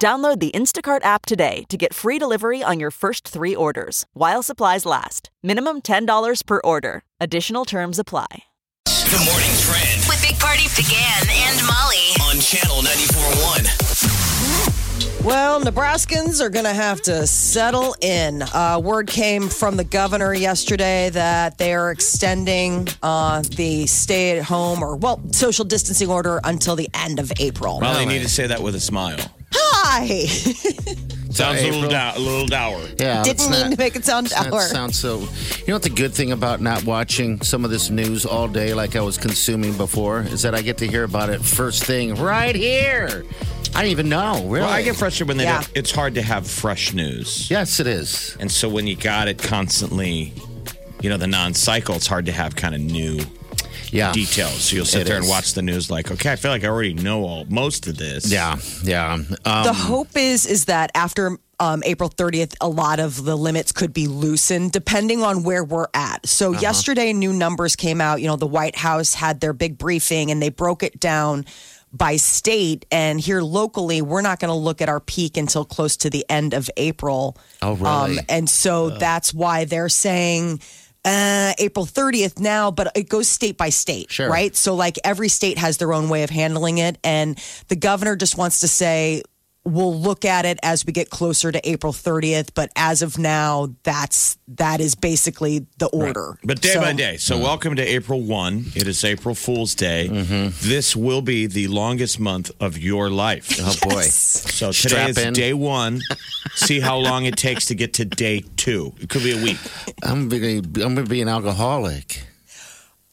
Download the Instacart app today to get free delivery on your first three orders while supplies last. Minimum $10 per order. Additional terms apply. The morning trend With Big Party began and Molly. on channel 94.1. Well, Nebraskans are going to have to settle in. Uh, word came from the governor yesterday that they are extending uh, the stay at home or, well, social distancing order until the end of April. Molly need to say that with a smile. Hi! Sounds a little, April. dou- a little dour. Yeah, Didn't let's mean not- to make it sound let's not dour. Sound so. You know what the good thing about not watching some of this news all day like I was consuming before is that I get to hear about it first thing right here. I didn't even know. Really? Well, I get frustrated when they Yeah. don't. It's hard to have fresh news. yes, it is. And so when you got it constantly, you know, the non cycle, it's hard to have kind of new Yeah. details. So you'll sit It there and is. watch the news like, okay, I feel like I already know all most of this. Yeah. Yeah. Um, the hope is is that after um, April 30th, a lot of the limits could be loosened depending on where we're at. So Uh-huh. yesterday, new numbers came out. You know, the White House had their big briefing and they broke it down by state. And here locally, we're not going to look at our peak until close to the end of April. Oh, really? Um, and so that's why they're saying. Uh, April 30th now, but it goes state by state, Sure. right? So, like, every state has their own way of handling it. And the governor just wants to say, we'll look at it as we get closer to April 30th. But as of now, that's that is basically the order. But day So- by day. So, welcome to April 1. It is April Fool's Day. Mm-hmm. This will be the longest month of your life. oh, boy. So, today Strap is in. day one. See how long it takes to get to day two. It could be a week. I'm going to I'm gonna be an alcoholic.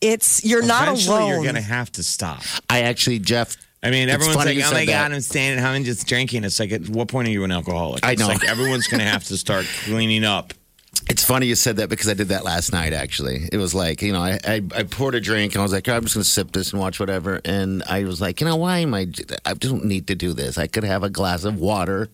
It's you're not Eventually, alone. you're going to have to stop. I actually, Jeff. I mean, it's everyone's funny like, you "Oh said my that. god, I'm staying at home and just drinking." It's like, at what point are you an alcoholic? I It's know. like everyone's going to have to start cleaning up. It's funny you said that because I did that last night, actually. It was like, you know, I, I, I poured a drink and I was like, "Oh, I'm just going to sip this and watch whatever. And I was like, you know, why am I, I don't need to do this. I could have a glass of water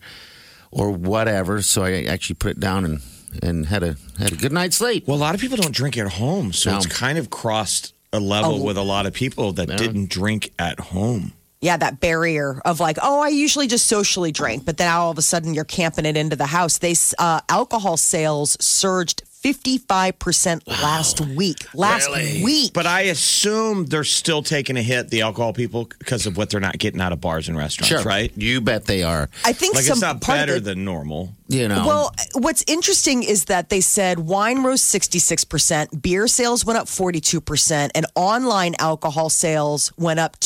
or whatever. So I actually put it down and, and had a had a good night's sleep. Well, a lot of people don't drink at home, so No. Oh. it's kind of crossed a level with a lot of people that didn't drink at home. yeah, that barrier of like, oh, I usually just socially drink, but then all of a sudden you're camping it into the house. They uh, alcohol sales surged 55% last week. Last week. But I assume they're still taking a hit, the alcohol people, because of what they're not getting out of bars and restaurants, right? You bet they are. I think Like some it's not part of better it- than normal. You Um, know. Well, what's interesting is that they said wine rose 66%, beer sales went up 42%, and online alcohol sales went up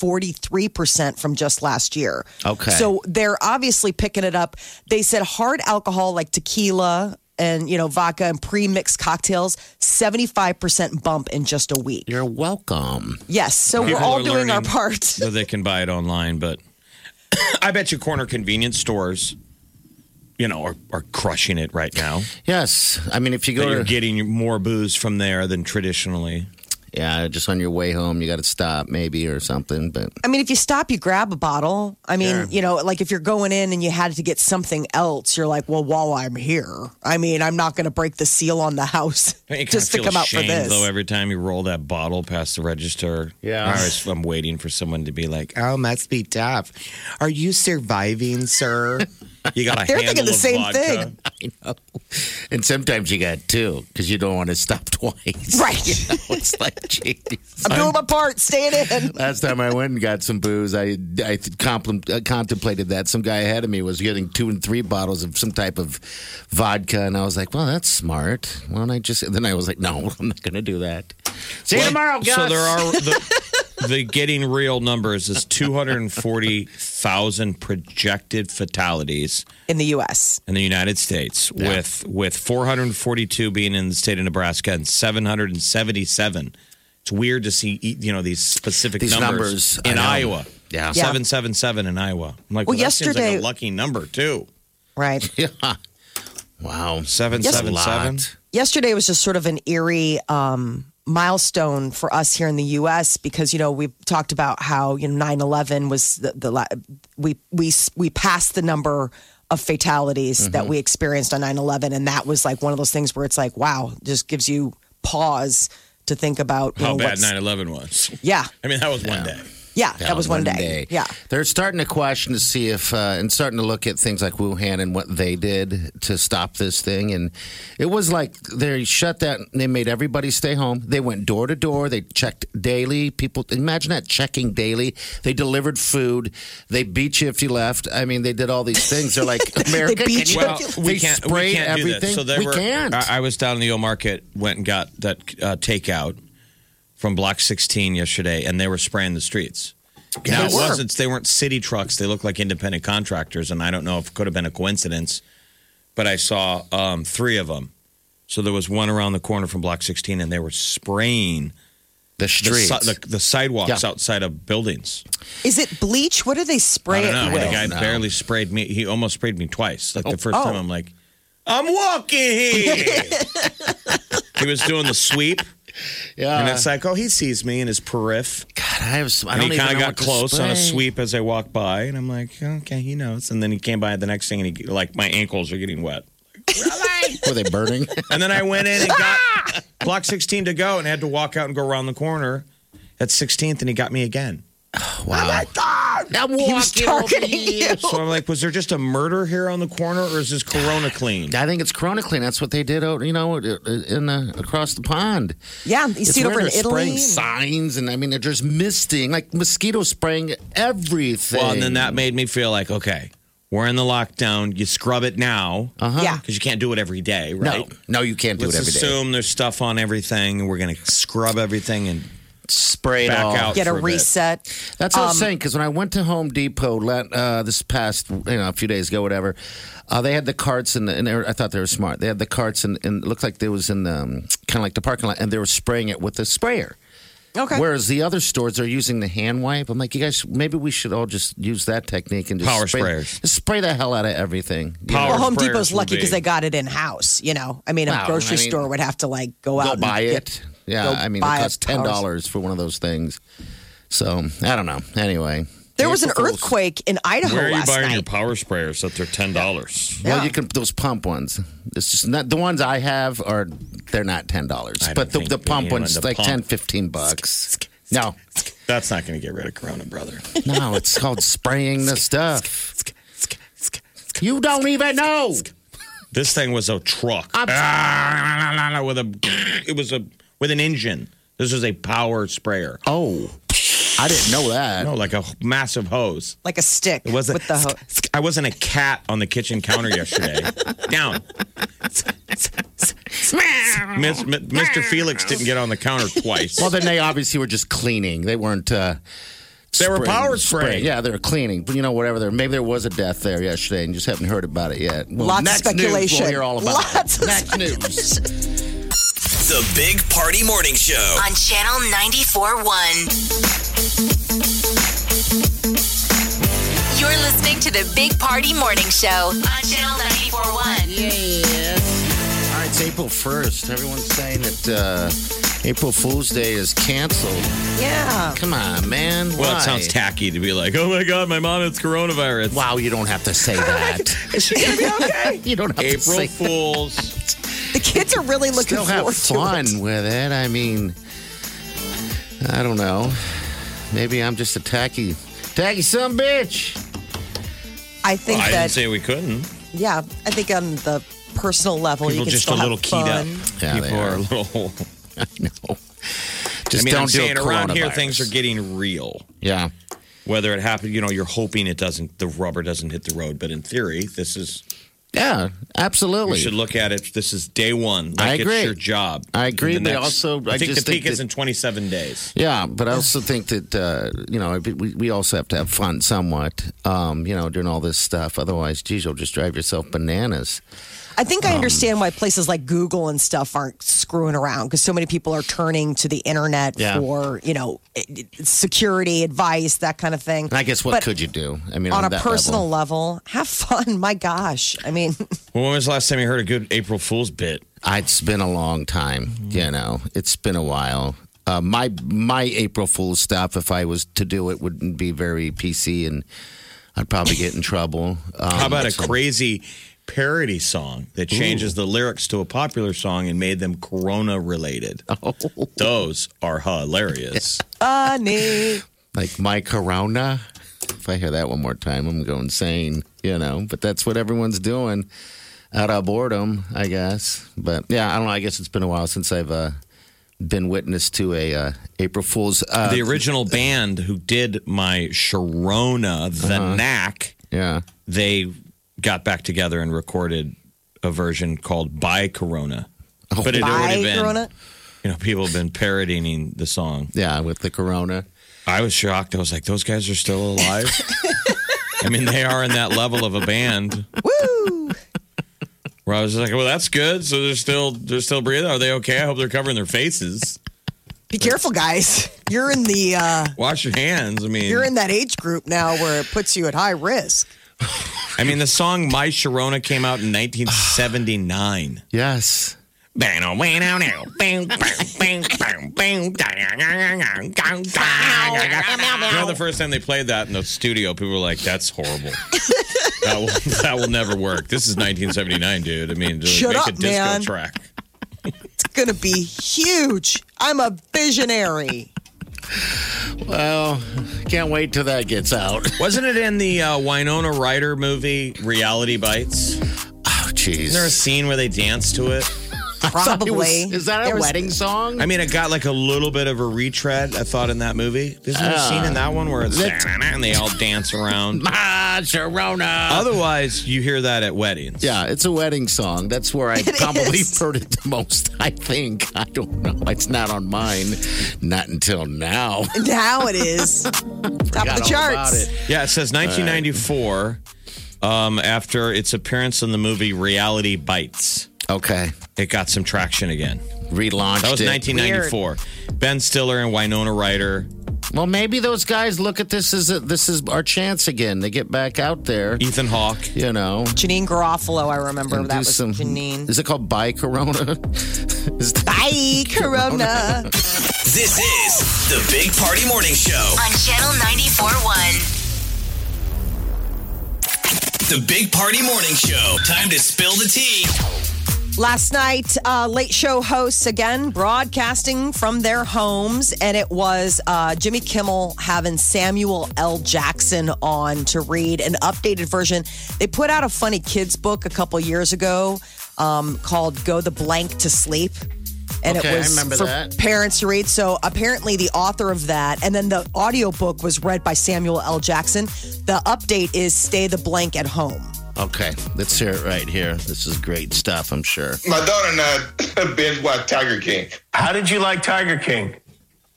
243% from just last year. Okay. So they're obviously picking it up. They said hard alcohol like tequila and, you know, vodka and pre-mixed cocktails, 75% bump in just a week. you're welcome. Yes, so we're People all are doing our learning part. so they can buy it online. But I bet you corner convenience stores, you know, are, are crushing it right now. Yes. I mean, if you that go you're to, getting more booze from there than traditionally. yeah, just on your way home, you got to stop maybe or something. But I mean, if you stop, you grab a bottle. I mean, Sure. you know, like if you're going in and you had to get something else, you're like, well, while I'm here, I mean, I'm not going to break the seal on the house Don't you kinda just to feel come out for ashamed, this. Though every time you roll that bottle past the register, Yeah. I always, I'm waiting for someone to be like, "Oh, must be tough. Are you surviving, sir?" You got a They're thinking handle the of same vodka. thing. I know. And sometimes you got two because you don't want to stop twice. Right. You know, it's like, jeez. I'm doing my part, staying in. Last time I went and got some booze, I I compl- uh, contemplated that. Some guy ahead of me was getting two and three bottles of some type of vodka, and I was like, "Well, that's smart. Why don't I just?" And then I was like, "No, I'm not going to do that." See you tomorrow, guys. So there are the, the getting real numbers is 240,000 projected fatalities In the U.S., in the United States, with with 442 being in the state of Nebraska and 777. It's weird to see e, you know these specific These numbers, numbers, in I know. Iowa. Yeah. Yeah. seven seven seven in Iowa. I'm like, well, Well, that seems like yesterday- a lucky number too. right? Yeah. Wow. Seven That's a seven lot. seven. yesterday was just sort of an eerie um, milestone for us here in the U.S. because you know we've talked about how you know 9/11 was the, the la- we we we passed the number of fatalities that Mm-hmm. we experienced on 9/11, and that was like one of those things where it's like wow, just gives you pause to think about you How know, bad what's- 9-11 was. Yeah, I mean, that was one day. yeah, that, was one, day. Yeah. They're starting to question to see if, uh, and starting to look at things like Wuhan and what they did to stop this thing. And it was like they shut that, they made everybody stay home. They went door to door. They checked daily. People, imagine that checking daily. They delivered food. They beat you if you left. I mean, they did all these things. They're like, America, can beat you- you. Well, they we can't. sprayed we can't everything. do that. So there we were, can't. I, I was down in the old market, went and got that uh, takeout from Block 16 yesterday, and they were spraying the streets. now they it were. wasn't. They weren't city trucks. They looked like independent contractors, and I don't know if it could have been a coincidence, but I saw um, three of them. So there was one around the corner from Block 16, and they were spraying the the, streets. si- the, the sidewalks Yeah. outside of buildings. Is it bleach? What do they spray I it don't know. with? The guy No. barely sprayed me. He almost sprayed me twice. Like the first Oh. time, I'm like, I'm walking here. he was doing the sweep, yeah. and it's like, oh, he sees me in his periph. God, I have some, Uh. I And don't he even kind of know got what to close on a spray. sweep as I walked by, and I'm like, okay, he knows. And then he came by the next thing, and he like, my ankles are getting wet. Were they burning? And then I went in and got block 16 to go, and had to walk out and go around the corner at 16th, and he got me again. wow. I'm walking over here. So I'm like, was there just a murder here on the corner, or is this Corona clean? I think it's Corona Clean. That's what they did, out, you know, uh, in the, across the pond. Yeah, you It's see it over where in they're Italy. Spraying signs, and I mean, they're just misting, like mosquito spraying everything. Well, and then that made me feel like, okay, we're in the lockdown. You scrub it now because Yeah, you can't do it every day, No, right? no, you can't do Let's it every day. assume there's stuff on everything, and we're going to scrub everything and Spray it back all. out. get a for bit. reset. That's what I was Um, saying because when I went to Home Depot let, uh, this past, you know, a few days ago, whatever, uh, they had the carts and, the, and they were, I thought they were smart. They had the carts and, and it looked like they was in the, um, kind of like the parking lot, and they were spraying it with a sprayer. Okay. Whereas the other stores are using the hand wipe. I'm like, you guys, maybe we should all just use that technique and just Power spray, sprayers. Just spray the hell out of everything. You Power Oh, Well, Home sprayers Depot's will lucky because be- they got it in house. You know, I mean, a Wow, grocery I mean, store would have to like go know, out Go and buy get- it. Yeah, go I mean, it buy a costs ten dollars for one of those things. So I don't know. Anyway, There was an April Fool's. earthquake in Idaho Where are you Oh, last buying your night. power sprayers that they're ten dollars? Well, Yeah. you can those pump ones. It's just not the ones I have are they're not ten dollars, I don't but the, think the pump anyone- ones the like pump- 10, 15 bucks. No, That's not going to get rid of Corona, brother. no, it's called spraying the stuff. You don't even know. this thing was a truck Ah, with a it was a with an engine. This was a power sprayer. Oh, I didn't know that. No, like a massive hose. Like a stick It wasn't. with the ho- I wasn't a cat on the kitchen counter yesterday. Down. Miss- Mi- Mr. Felix didn't get on the counter twice. Well, then they obviously were just cleaning. They weren't. Uh, They were power spraying. Yeah, they were cleaning. But you know, whatever. There, maybe there was a death there yesterday, and you just haven't heard about it yet. Well, Lots of next News, speculation. we'll hear all about it. Lots of next news. The Big Party Morning Show. on Channel 94.1. You're listening to the Big Party Morning Show on Channel 94.1. Yes. All right, it's April first. Everyone's saying that uh, April Fool's Day is canceled. yeah. Come on, man. Well, Why? it sounds tacky to be like, oh my God, my mom has coronavirus. Wow, you don't have to say that. Is she gonna be okay? you don't have to April say. Fools. the kids are really looking Still have forward fun to it. with it. I mean, I don't know. Maybe I'm just a tacky, tacky son of a bitch. I think I didn't that say we couldn't. yeah, I think on the personal level, you People can just a still have little keyed up. fun. Yeah, they People are. a little. No. Just I mean, don't I'm do saying a around here coronavirus. things are getting real. Yeah. Whether it happened, you know, you're hoping it doesn't. The rubber doesn't hit the road, but in theory, this is Yeah, absolutely. You should look at it. This is day one. Like I agree. It's your job. I agree, And the but next- also I I think just the think peak is that- in 27 days. Yeah, but I also think that uh, you know we, we also have to have fun somewhat. Um, you know, doing all this stuff. Otherwise, geez, you'll just drive yourself bananas. I think I understand why places like Google and stuff aren't screwing around because so many people are turning to the internet Yeah. for, you know, i- i- security advice, that kind of thing. And I guess what But could you do? I mean, on a that personal level. level. have fun. My gosh. I mean, Well, when was the last time you heard a good April Fool's bit? it's been a long time. Mm-hmm. You know, it's been a while. Uh, my my April Fool's stuff, if I was to do it, wouldn't be very PC, and I'd probably get in trouble. Um, How about a so- crazy parody song that changes the lyrics to a popular song and made them corona related? Those are hilarious. funny. like my corona. If I hear that one more time, I'm going to go insane, you know. But that's what everyone's doing out of boredom, I guess. But yeah, I don't know. I guess it's been a while since I've uh, been witness to a uh, April Fool's. Uh, The original band who did my Sharona, the Knack, yeah, they got back together and recorded a version called By Corona. But it already Bye, been, Corona. you know, people have been parodying the song. yeah, with the corona. I was shocked. I was like, those guys are still alive. I mean, they are in that level of a band Woo! where I was like, well, that's good. So they're still they're still breathing. Are they okay? I hope they're covering their faces. Be careful, guys. You're in the uh, Wash your hands. I mean, you're in that age group now where it puts you at high risk. I mean, the song "My Sharona" came out in 1979. Yes. You know, the first time they played that in the studio, people were like, "That's horrible. that, will, that will never work." This is 1979, dude. I mean, just Shut make a up, disco man. track. It's gonna be huge. I'm a visionary. Well, can't wait till that gets out. Wasn't it in the uh, Winona Ryder movie Reality Bites? Isn't Oh, jeez. there a scene where they dance to it? Probably. It was- is that a There was- wedding song? I mean, it got like a little bit of a retread. I thought in that movie. Isn't there a scene in that one where it's That's- and they all dance around? Ah, Sharona. Otherwise, you hear that at weddings. Yeah, it's a wedding song. That's where I It probably is. heard it the most, I think. I don't know. It's not on mine. Not until now. Now it is top of Forgot the all about charts. it. Yeah, it says 1994. Um, after its appearance in the movie Reality Bites, Okay. it got some traction again. Relaunched That was it. 1994. Ben Stiller and Winona Ryder. Well, maybe those guys look at this as a, this is our chance again to get back out there. Ethan Hawke. You know, Janine Garofalo, I remember and that do was some- Janine. Is it called By Corona? Is that- Bye, Corona. This is the Big Party Morning Show. On Channel 94.1. The Big Party Morning Show. Time to spill the tea. Last night, uh, late show hosts again broadcasting from their homes, and it was uh, Jimmy Kimmel having Samuel L. Jackson on to read an updated version. They put out a funny kids book a couple years ago um, called "Go the Blank to Sleep." And Okay, I it was remember for that. parents to read. So apparently, the author of that, and then the audiobook was read by Samuel L. Jackson. The update is "Stay the Blank at Home." okay, let's hear it right here. This is great stuff, I'm sure. my daughter and I uh, binge watched Tiger King. How did you like Tiger King?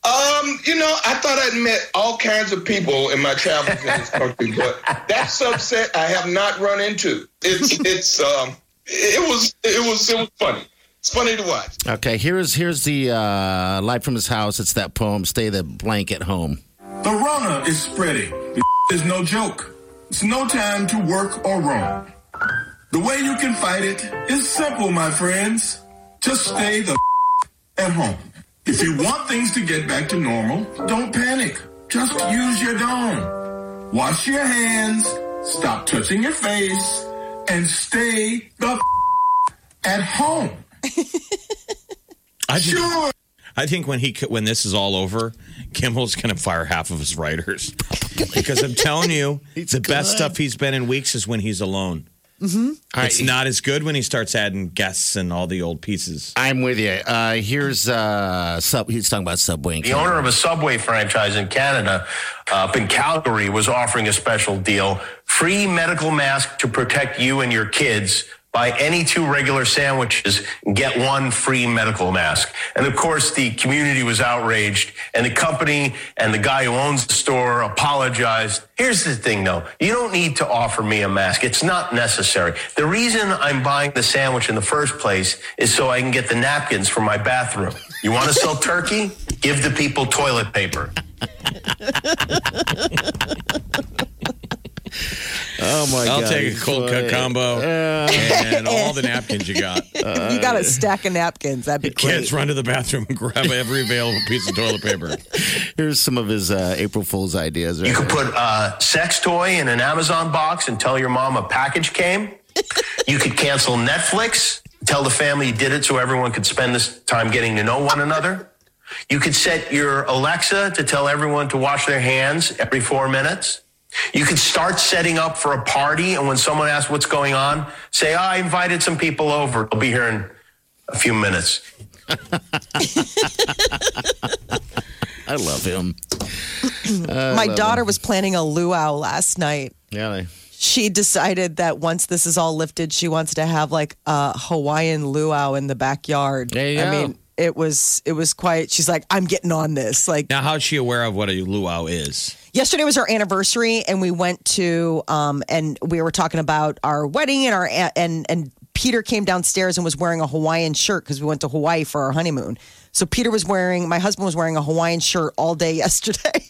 Um, you know, I thought I'd met all kinds of people in my travels in this country, but that subset I have not run into. It's it's um it was it was it was funny. It's funny to watch. Okay, here's here's the uh, live from his house. It's that poem, "Stay the blank at home." The runner is spreading. This is no joke. It's no time to work or roam. The way you can fight it is simple, my friends. Just stay the at home. If you want things to get back to normal, don't panic. Just use your dome. Wash your hands, stop touching your face, and stay the at home. I think, Sure. I think when he c- when this is all over, Kimmel's going to fire half of his writers because I'm telling you, the best stuff he's been in weeks is when he's alone. Mm-hmm. right. It's not as good when he starts adding guests and all the old pieces. I'm with you. Uh, here's uh, sub. He's talking about Subway. and The owner of a Subway franchise in Canada, uh, up in Calgary, was offering a special deal free medical mask to protect you and your kids. Buy any two regular sandwiches, and get one free medical mask. And of course, the community was outraged, and the company and the guy who owns the store apologized. Here's the thing though you don't need to offer me a mask, it's not necessary. The reason I'm buying the sandwich in the first place is so I can get the napkins for my bathroom. You want to sell turkey? Give the people toilet paper. Oh my I'll god! take a cold cut combo and all the napkins you got. you got Uh. a stack of napkins. That'd be great. Kids, run to the bathroom and grab every available piece of toilet paper. Here's some of his uh, April Fool's ideas. Right? You could put a sex toy in an Amazon box and tell your mom a package came. You could cancel Netflix, tell the family you did it so everyone could spend this time getting to know one another. You could set your Alexa to tell everyone to wash their hands every four minutes. You could start setting up for a party, and when someone asks what's going on, say, "Oh, I invited some people over. I'll be here in a few minutes. I love him. My daughter was planning a luau last night. Yeah. they- She decided that once this is all lifted, she wants to have like a Hawaiian luau in the backyard. There you I go. mean, it was it was quite. She's like, I'm getting on this. Like Now, how's she aware of what a luau is? yesterday was our anniversary, and we went to um and we were talking about our wedding and our and and Peter came downstairs and was wearing a Hawaiian shirt because we went to Hawaii for our honeymoon. So Peter was wearing my husband was wearing a Hawaiian shirt all day yesterday.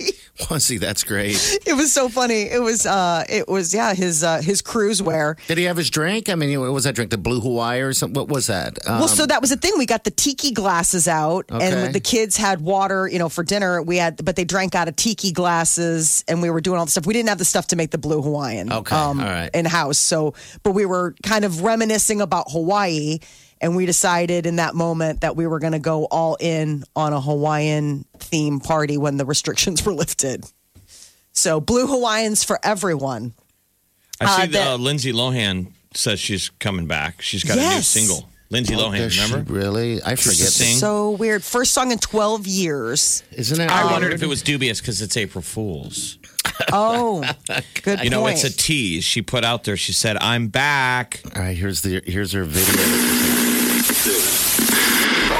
Well, see, that's great. It was so funny. It was uh it was yeah, his uh his cruise wear. Did he have his drink? I mean, what was that drink? The Blue Hawaii or something? What was that? Um, Well, so that was the thing. We got the tiki glasses out Okay. and the kids had water, you know, for dinner. We had but they drank out of tiki glasses and we were doing all the stuff. We didn't have the stuff to make the blue Hawaiian um, Okay, all right. in house. So but we were kind of reminiscing about Hawaii and we decided in that moment that we were gonna go all in on a Hawaiian theme party when the restrictions were lifted. So blue Hawaiians for everyone. I Uh, see that the- uh, Lindsay Lohan says she's coming back. She's got Yes. a new single. Lindsay does Lohan, she remember? really? I forget. Sing. So weird. First song in 12 years. Isn't it? I wondered if it was dubious because it's April Fool's. Oh, good You know, point. it's a tease. She put out there. She said, "I'm back." All right, here's the here's her video.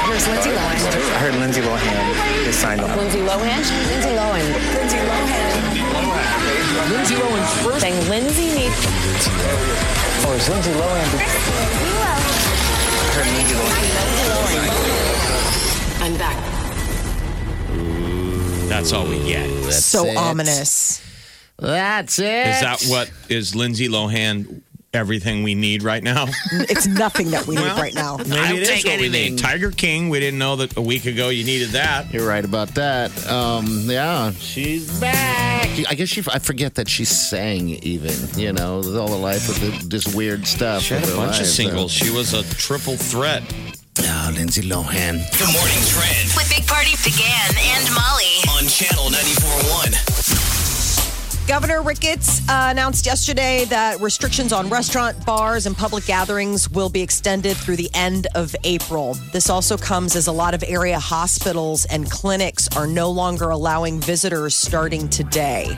Here's Lindsay Lohan. I heard Lindsay Lohan is signed on. Lindsay Lohan. Lindsay Lohan. Lindsay Lohan. Lindsay Lohan first. Saying Lindsay needs. Oh, is Lindsay Lohan? I'm back. That's all we get. Is so it. ominous. That's it. Is that what is Lindsay Lohan? Everything we need right now. It's nothing that we need right now. Maybe I'll it is take what we anything. need. Tiger King. We didn't know that a week ago. You needed that. You're right about that. Um, yeah, she's back. I guess she. I forget that she sang even. You know, with all the life of the, this weird stuff. She had a with her bunch of life, so- singles. Oh, She was a triple threat. Ah, Lindsay Lohan. The morning trend With Big Party began and Molly. on channel 94.1. Governor Ricketts uh, announced yesterday that restrictions on restaurant, bars, and public gatherings will be extended through the end of April. This also comes as a lot of area hospitals and clinics are no longer allowing visitors starting today.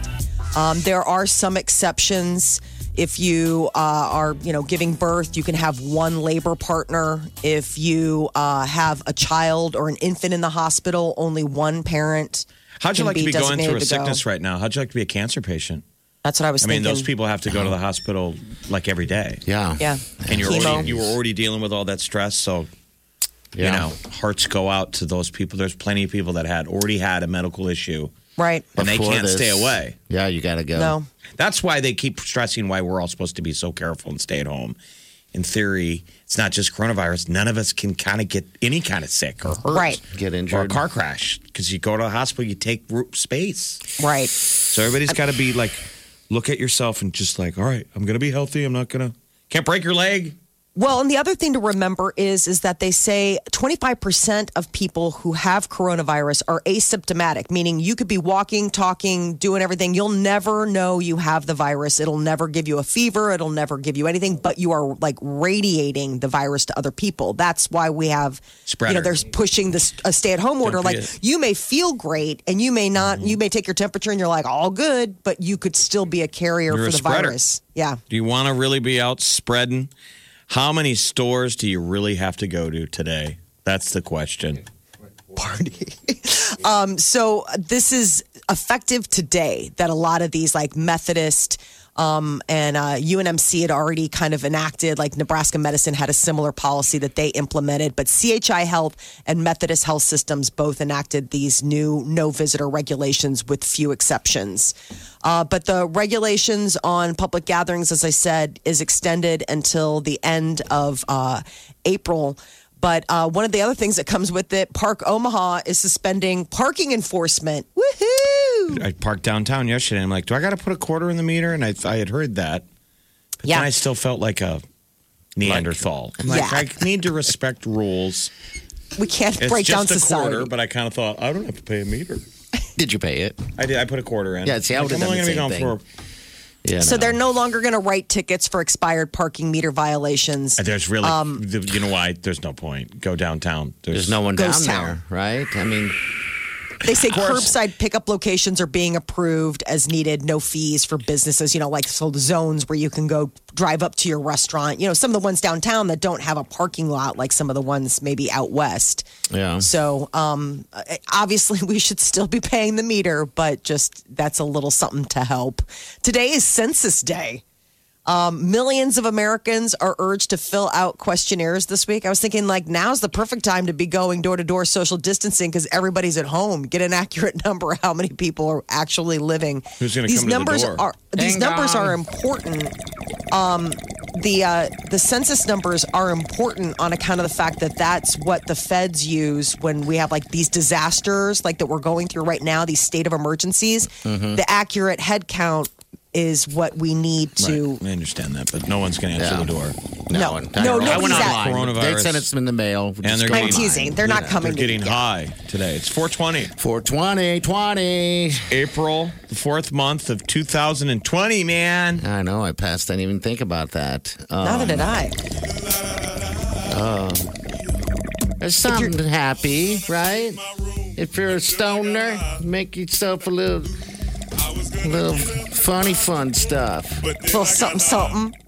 Um, there are some exceptions. If you uh, are, you know, giving birth, you can have one labor partner. If you uh, have a child or an infant in the hospital, only one parent. How'd you can like to be going through a designated to go. sickness right now? How'd you like to be a cancer patient? That's what I was I mean, thinking. those people have to go to the hospital like every day. Yeah. Yeah. And you're Chemo. already, you were already dealing with all that stress, so you Yeah. know hearts go out to those people. There's plenty of people that had already had a medical issue, Right. and they Before can't this- stay away. Yeah, you gotta go. No. That's why they keep stressing why we're all supposed to be so careful and stay at home. In theory, it's not just coronavirus. None of us can kind of get any kind of sick or hurt Right. Get or a injured. car crash because you go to the hospital, you take root space. Right. So everybody's got to be like, look at yourself and just like, all right, I'm gonna be healthy. I'm not gonna can't break your leg. Well, and the other thing to remember is is that they say 25% of people who have coronavirus are asymptomatic, meaning you could be walking, talking, doing everything, you'll never know you have the virus. It'll never give you a fever, it'll never give you anything, but you are like radiating the virus to other people. That's why we have you know Spreader. they're pushing this a stay-at-home order like forget. Mm-hmm. you may feel great and you may not you may take your temperature and you're like all good, but you could still be a carrier You're for the a spreader. virus. Yeah. Do you want to really be out spreading? How many stores do you really have to go to today? That's the question. Um, so this is effective today that a lot of these like Methodist um, and uh, UNMC had already kind of enacted, like Nebraska Medicine had a similar policy that they implemented, but CHI Health and Methodist Health Systems both enacted these new no visitor regulations with few exceptions. Uh, but the regulations on public gatherings, as I said, is extended until the end of uh, April. But uh, one of the other things that comes with it, Park Omaha is suspending parking enforcement. Woohoo! I parked downtown yesterday. And I'm like, do I got to put a quarter in the meter? And I, I had heard that. But Yeah. then I still felt like a Neanderthal. I'm Like- like, I need to respect rules. We can't It's break down just a society. quarter, but I kind of thought I don't have to pay a meter. Did you pay it? I did. I put a quarter in. Yeah, see, I Like, would've I'm only done gonna the be same gone Yeah. so no. they're no longer going to write tickets for expired parking meter violations. for. There's really, the- you know why? There's no point. Go downtown. Um, There's no one down Ghost there, right? I mean, They say curbside pickup locations are being approved as needed, no fees for businesses, you know, like so the zones where you can go drive up to your restaurant. You know, some of the ones downtown that don't have a parking lot, like some of the ones maybe out west. yeah. So um, I- obviously, we should still be paying the meter, but just that's a little something to help. Today is Census Day. Um, millions of Americans are urged to fill out questionnaires this week. I was thinking, like, now's the perfect time to be going door to door social distancing because everybody's at home. Get an accurate number of how many people are actually living. Who's gonna these come to the numbers door? are these Ding numbers dong. are important the uh, the census numbers are important on account of the fact that that's what the feds use when we have like these disasters like that we're going through right now these state of emergencies the accurate head count is what we need to Right. I understand that, but no one's going to answer Yeah. the door. No. one- No, I went nobody's at- online. They Coronavirus. sent it in the mail. And they're I'm getting- teasing they're not They're coming to- getting high today. It's 420, 420, 20. April, the fourth month of 2020, man. I know. I passed. I didn't even think about that. neither Um, did I there's something happy, right? If you're a stoner, make yourself a little, little funny fun stuff. little something something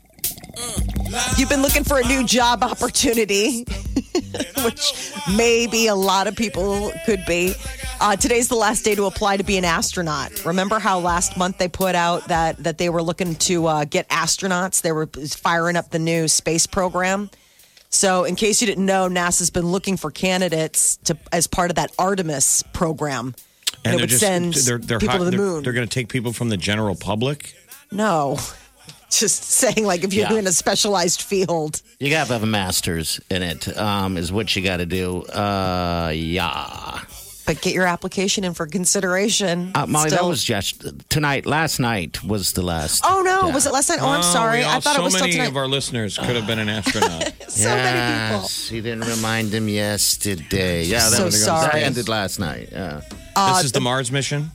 you've been looking for a new job opportunity which maybe a lot of people could be. Uh, today's the last day to apply to be an astronaut. Remember how last month they put out that that they were looking to uh, get astronauts? They were firing up the new space program. So, in case you didn't know, NASA's been looking for candidates to as part of that Artemis program. And, it would send people hi- to the they're, moon. They're going to take people from the general public. no, just saying, like if you're Yeah. in a specialized field. You gotta have a master's in it. Um, is what you gotta do. Uh, yeah. But get your application in for consideration. Uh, Molly, that Still- was just tonight. Last night was the last. Oh no! Was it last night? Oh, I'm sorry. we I all- thought so it was still many tonight. of our listeners could have been an astronaut. so many people. Yes, You didn't remind him yesterday. Yeah, that So was sorry. That ended last night. Yeah. this is the Mars mission.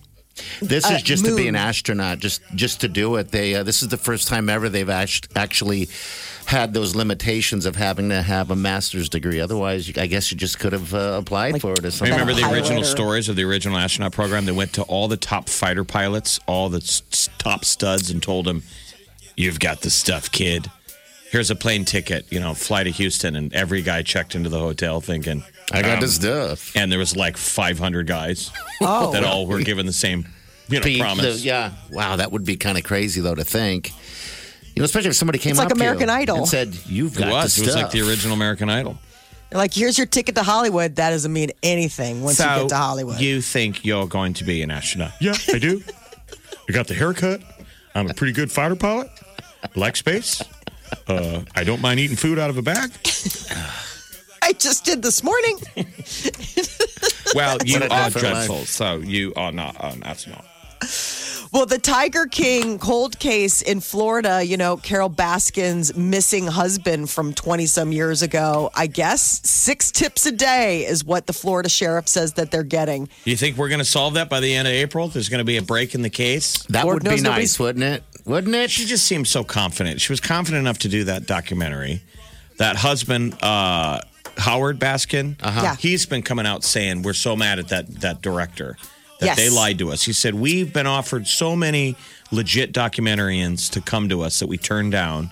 This is just to be Uh, moon. an astronaut, just just to do it. They uh, this is the first time ever they've act- actually had those limitations of having to have a master's degree. Otherwise, you- I guess you just could have uh, applied for it or something. Remember the pilot original or- stories of the original astronaut program? They went to all the top fighter pilots, all the s- s- top studs, and told them, "You've got the stuff, kid. Here's a plane ticket. You know, fly to Houston." And every guy checked into the hotel thinking, I got um, this stuff. And there was like 500 guys Oh, that all were given the same, you know, Be- promise. the- yeah. Wow, that would be kind of crazy though to think. You know, especially if somebody came It's like up to you American Idol. and said, "You've got It was. the It stuff." was like the original American Idol. Like, here's your ticket to Hollywood. That doesn't mean anything once you get to Hollywood. You think you're going to be an astronaut? Yeah, I do. I got the haircut. I'm a pretty good fighter pilot. Like space. Uh, I don't mind eating food out of a bag. I just did this morning. Well, you What a are different dreadful, so you are not an astronaut. Well, the Tiger King cold case in Florida, you know, Carol Baskin's missing husband from 20 some years ago, I guess six tips a day is what the Florida sheriff says that they're getting. You think we're going to solve that by the end of April? There's going to be a break in the case? That Lord would be knows nobody's- nice, wouldn't it? Wouldn't it? She just seemed so confident. She was confident enough to do that documentary. That husband, uh, Howard Baskin, uh-huh. Yeah. he's been coming out saying, We're so mad at that, that director that Yes. they lied to us. He said, We've been offered so many legit documentarians to come to us that we turned down.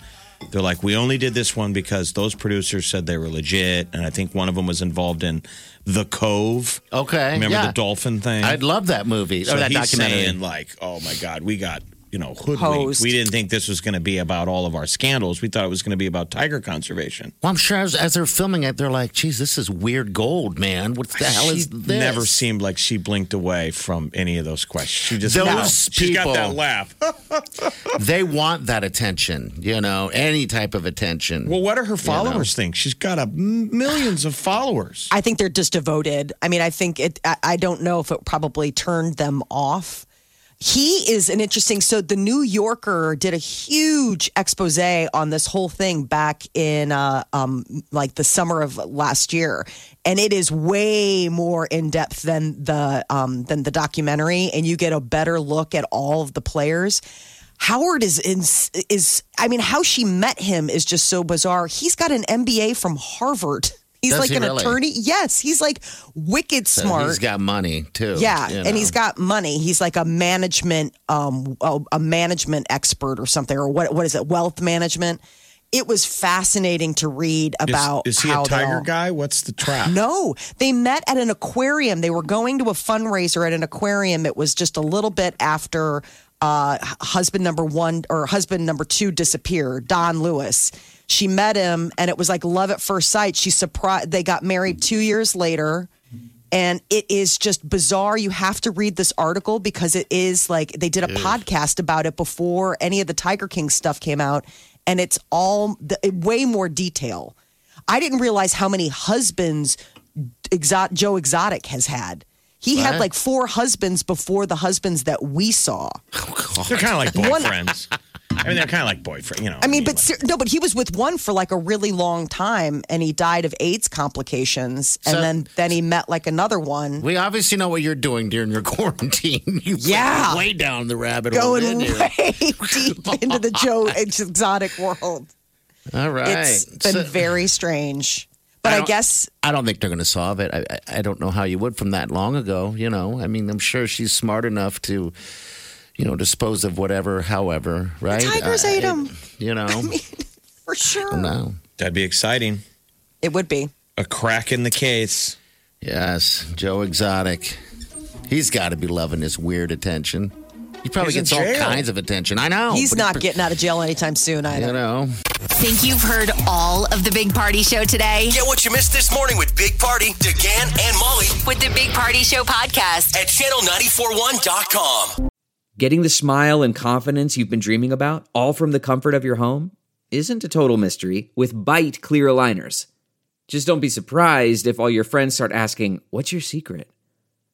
They're like, We only did this one because those producers said they were legit. And I think one of them was involved in The Cove. Okay. Remember yeah. the dolphin thing? I'd love that movie So or that he's documentary. saying like, "Oh my God, we got you know hoodwinked. Hosed. We didn't think this was going to be about all of our scandals. We thought it was going to be about tiger conservation." well, I'm sure as, as they're filming it, they're like, "Geez, this is weird gold, man. What the hell she is this?" never seemed like she blinked away from any of those questions. She just Those laughed. she's got that people. laugh. They want that attention, you know, any type of attention. Well, what do her followers think? She's got a m- millions of followers. I think they're just devoted. I mean, I think it, I, I don't know if it probably turned them off. He is an interesting. So the New Yorker did a huge expose on this whole thing back in uh, um, like the summer of last year, and it is way more in depth than the um, than the documentary, and you get a better look at all of the players. Howard is in, is I mean, how she met him is just so bizarre. He's got an MBA from Harvard. He's Does like he an really? attorney. Yes, he's like wicked So smart. Uh, He's got money too. yeah, you and know. he's got money. He's like a management, um, a a management expert or something, or what? What is it? Wealth management. It was fascinating to read Is, about. is he how a they tiger all- guy? What's the trap? no, they met at an aquarium. They were going to a fundraiser at an aquarium. It was just a little bit after uh, h- husband number one or husband number two disappeared, Don Lewis. She met him, and it was like love at first sight. She surprised. They got married two years later. And it is just bizarre. You have to read this article because it is like they did a podcast about it before any of the Tiger King stuff came out, and it's all the, way more detail. I didn't realize how many husbands Exo- Joe Exotic has had. He had What? like four husbands before the husbands that we saw. They're kind of like One- boyfriends. I mean, they're kind of like boyfriend. You know. I mean, but ser- no, but he was with one for like a really long time, and he died of AIDS complications, and So- then then he met like another one. We obviously know what you're doing during your quarantine. You Yeah. went way down the rabbit hole. Going didn't you? way deep into the Joe Exotic world. All right. It's been So- very strange. But I I, don't- guess I don't think they're going to solve it. I, I I don't know how you would from that long ago. You know, I mean, I'm sure she's smart enough to, you know, dispose of whatever, however, right? tigers I- ate I- 'em. You know, for sure no. that'd be exciting. it would be. A crack in the case. Yes, Joe Exotic. He's got to be loving this weird attention. He probably He's in gets all jail. kinds of attention. I Oh, know. He's but- not getting out of jail anytime soon either. You know, Think you've heard all of the Big Party Show today? Get what you missed this morning with Big Party, DeGan, and Molly With the Big Party Show podcast. at channel941.com. Getting the smile and confidence you've been dreaming about, all from the comfort of your home, isn't a total mystery with bite clear aligners. Just don't be surprised if all your friends start asking, What's your secret?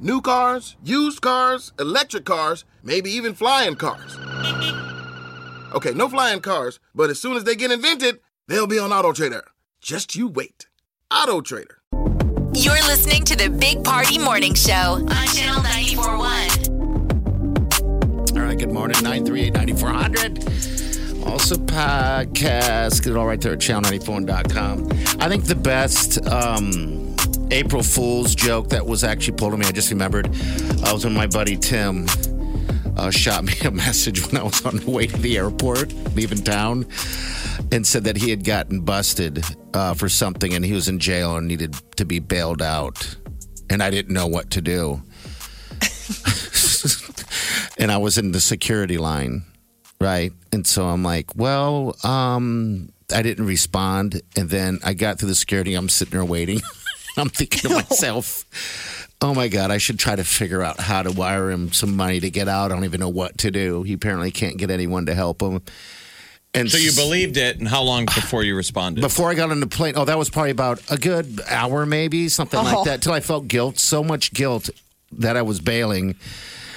New cars, used cars, electric cars, maybe even flying cars. Okay, no flying cars, but as soon as they get invented, they'll be on AutoTrader. Just you wait. AutoTrader. You're listening to the Big Party Morning Show on Channel 941. all right, good morning, 938 9400. Also, podcast. Get it all right there at channel94.com. I think the best um, April Fool's joke that was actually pulled on me, I just remembered, uh, was when my buddy Tim uh, shot me a message when I was on the way to the airport, leaving town, and said that he had gotten busted uh, for something and he was in jail and needed to be bailed out. And I didn't know what to do. and I was in the security line, right? And so I'm like, well, um, I didn't respond. And then I got through the security. I'm sitting there waiting. I'm thinking to myself, oh my God, I should try to figure out how to wire him some money to get out. I don't even know what to do. He apparently can't get anyone to help him. And so you believed it, and how long before you responded? Before I got on the plane, oh, that was probably about a good hour, maybe something Oh. like that, till I felt guilt, so much guilt that I was bailing.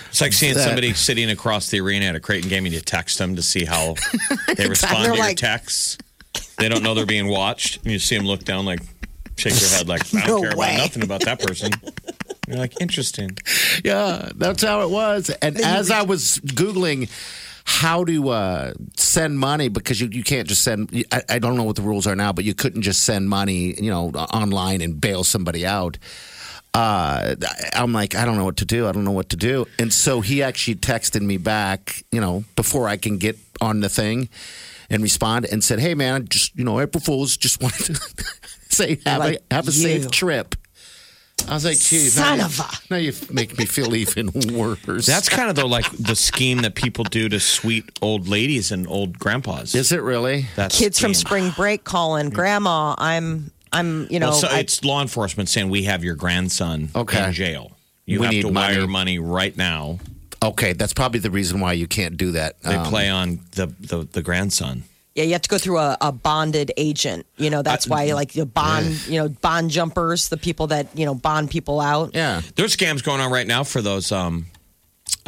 It's like seeing That- somebody sitting across the arena at a Creighton game and you text them to see how they respond They're to your like- texts. They don't know they're being watched. And you see them look down, like, shake their head, like, I No don't care way. about nothing about that person. You're like, interesting. Yeah, that's how it was. And as I was Googling how to uh, send money, because you, you can't just send, I, I don't know what the rules are now, but you couldn't just send money, you know, online and bail somebody out. Uh, I'm like, I don't know what to do. I don't know what to do. And so he actually texted me back, you know, before I can get on the thing and respond and said, Hey, man, just, you know, April Fools just wanted to say, have Like a, have you. a safe trip. I was like, geez, now Son you- of a- Now you make me feel even worse. That's kind of though like the scheme that people do to sweet old ladies and old grandpas. Is it really? That's Kids from spring break calling, Grandma, I'm, I'm, you know, well, so I- it's law enforcement saying we have your grandson in jail. You We have need to money. wire money right now. Okay, that's probably the reason why you can't do that. They Um, play on the, the the grandson. yeah, you have to go through a, a bonded agent. You know, that's why like the bond, you know, bond jumpers, the people that you know bond people out. Yeah, there's scams going on right now for those um,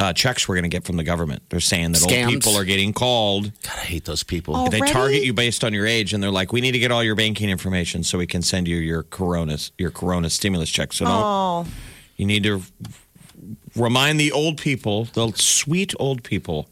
uh, checks we're going to get from the government. They're saying that Scams? old people are getting called. God, I hate those people. They Already? target you based on your age, and they're like, "We need to get all your banking information so we can send you your corona your corona stimulus check." So don't, Oh, you need to remind the old people, the sweet old people,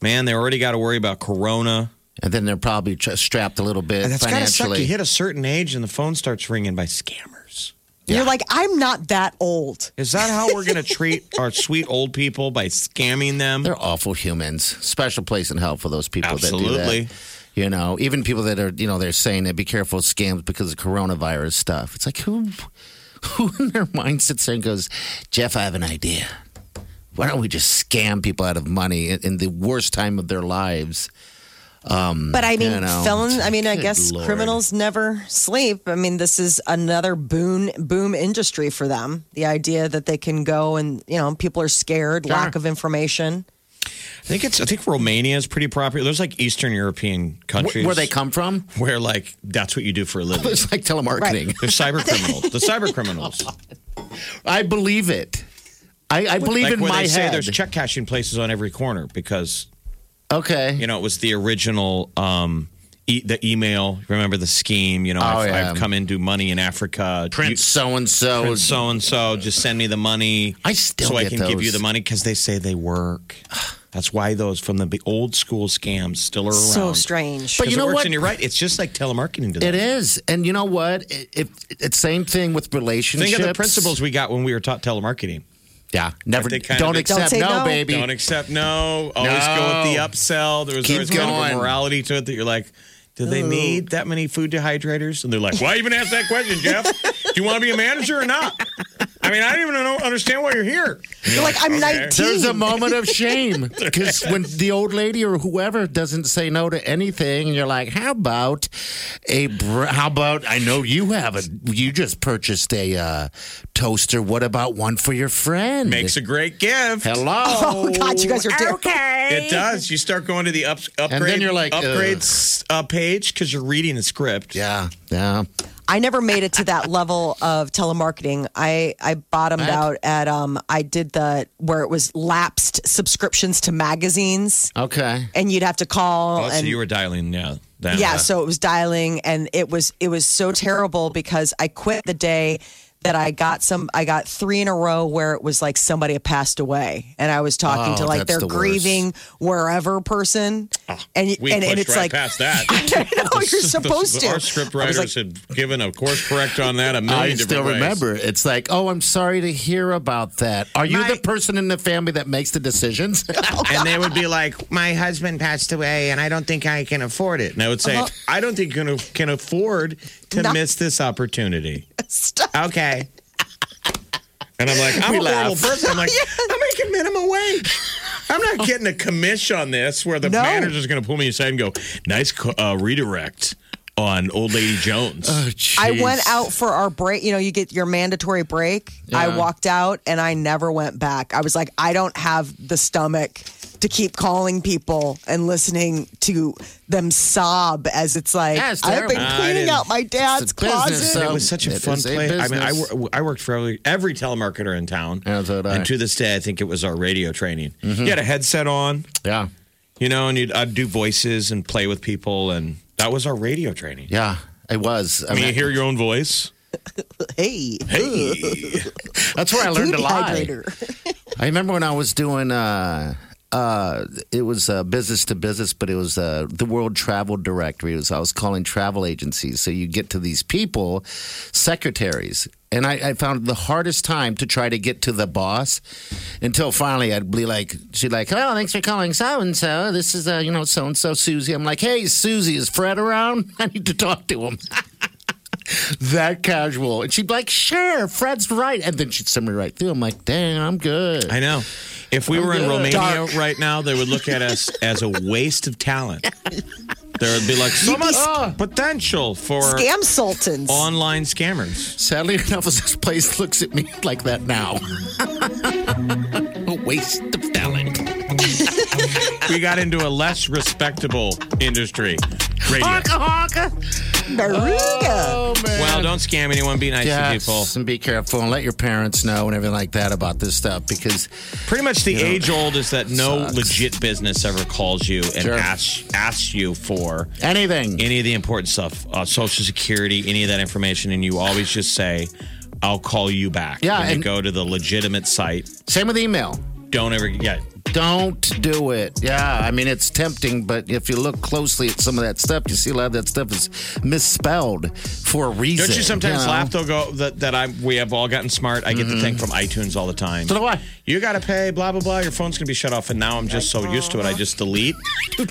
man, they already got to worry about corona. And then they're probably tr- strapped a little bit And that's gotta suck. financially. You hit a certain age, and the phone starts ringing by scammers. you're like I'm not that old. Is that how we're going to treat our sweet old people by scamming them? They're awful humans. Special place in hell for those people that do Absolutely. that. You know, even people that are, you know, they're saying that be careful of scams because of coronavirus stuff. It's like who, who in their mind sits there and goes, Jeff, I have an idea. Why don't we just scam people out of money in, in the worst time of their lives? Um, But I mean, you know, felons. it's I mean, I like, guess good Lord. criminals never sleep. I mean, this is another boon boom industry for them. The idea that they can go and you know people are scared, lack of information. I think it's. I think Romania is pretty popular. There's like Eastern European countries where they come from, where like that's what you do for a living. It's like telemarketing. They're cyber criminals. The cyber criminals. I believe it. I, I believe like in where my they say head. there's check cashing places on every corner because okay, you know it was the original um, e- the email. Remember the scheme? You know, Oh, I've, yeah. I've come and do money in Africa. Prince so and so. Prince so and so. Just send me the money. I still so I get can give you those. the money because they say they work. That's why those from the b- old school scams still are around. So strange. But you know it works, what? And you're right. It's just like telemarketing to them. It is, and you know what? It, it, it's same thing with relationships. Think of the principles we got when we were taught telemarketing. Yeah, never. They kind Don't of- accept Don't say no, no. baby. Don't accept no. Always No. go with the upsell. There was Keep always kind going. of a morality to it that you're like, do they Ooh. need that many food dehydrators? And they're like, why even ask that question, Jeff? do you want to be a manager or not? I mean, I don't even know, understand why you're here. You're like, I'm 19. There's a moment of shame because when the old lady or whoever doesn't say no to anything, and you're like, "How about a? Br- how about I know you have a. You just purchased a uh, toaster. What about one for your friend? Makes a great gift. Hello. Oh, God, you guys are different. Okay. It does. You start going to the up, upgrade, you're like, ugh. upgrades uh, page because you're reading a script. Yeah, yeah. I never made it to that level of telemarketing. I, I bottomed out at um I did the where it was lapsed subscriptions to magazines Okay. and you'd have to call Oh, so and you were dialing, yeah. that- yeah, uh, so it was dialing and it was it was so terrible because I quit the day that I got some I got 3 in a row where it was like somebody had passed away and I was talking Oh, to like that's their the worst. grieving wherever person and Oh, we and, pushed and it's like right past that. I know Oh, you're The- the- supposed to. Our script I was writers like, had given a course correct on that a I million different still ways. remember. It's like, oh, I'm sorry to hear about that. Are you the person in the family that makes the decisions? Oh, And they would be like, "My husband passed away, and I don't think I can afford it." And I would say, Uh-huh. "I don't think you can, can afford to Not- miss this opportunity." Stop. Okay. And I'm like, I'm We a horrible laugh. person. I'm like, I'm making minimum wage. I'm not getting a commish on this where the No. manager's going to pull me aside and go, nice co- uh, redirect on Old Lady Jones. Oh, I went out for our break. You know, you get your mandatory break. I Yeah. walked out and I never went back. I was like, I don't have the stomach to keep calling people and listening to them sob as it's like Yeah, it's I've been terrible. cleaning I out my dad's closet. it was such a It fun is a play. I mean, I, business. wor- I worked for every, every telemarketer in town. I. Mm-hmm. And to this day, I think it was our radio training. You had a headset on. Yeah. You know, and you'd, I'd do voices and play with people. And that was our radio training. Yeah, it was. I mean, you hear your own voice. hey, hey. That's where I learned to Food lie. dehydrator. I remember when I was doing uh uh it was uh, business to business, but it was uh the World Travel Directory. It was I was calling travel agencies. So you get to these people, secretaries. And I, I found the hardest time to try to get to the boss until finally I'd be like, she'd like, hello, thanks for calling so and so. This is, uh, you know, so and so Susie. I'm like, hey, Susie, is Fred around? I need to talk to him. that casual. And she'd be like, sure, Fred's right. And then she'd send me right through. I'm like, dang, I'm good. I know. If we I'm were in good. Romania Dark. right now, they would look at us as a waste of talent. There would be like so You'd be much Ah. sc- potential for Scam sultans. online scammers. Sadly enough, this place looks at me like that now. a waste of talent. we got into a less respectable industry. Radio. Honka, honka. Bariga. Well, don't scam anyone. Be nice to Oh, Yes, people. and be careful and let your parents know and everything like that about this stuff because Pretty much the You know, age old is that no sucks. legit business ever calls you and Sure. asks asks you for anything, any of the important stuff, uh, social security, any of that information, and you always just say, "I'll call you back." Yeah, and you and- go to the legitimate site. same with email. Don't ever get. Don't do it. Yeah, I mean it's tempting, but if you look closely at some of that stuff, you see a lot of that stuff is misspelled for a reason. Don't you sometimes know? laugh? They'll go that, that I we have all gotten smart. I get the thing from iTunes all the time. So do I. You got to pay, blah blah blah. Your phone's gonna be shut off, and now I'm just so used to it, I just delete.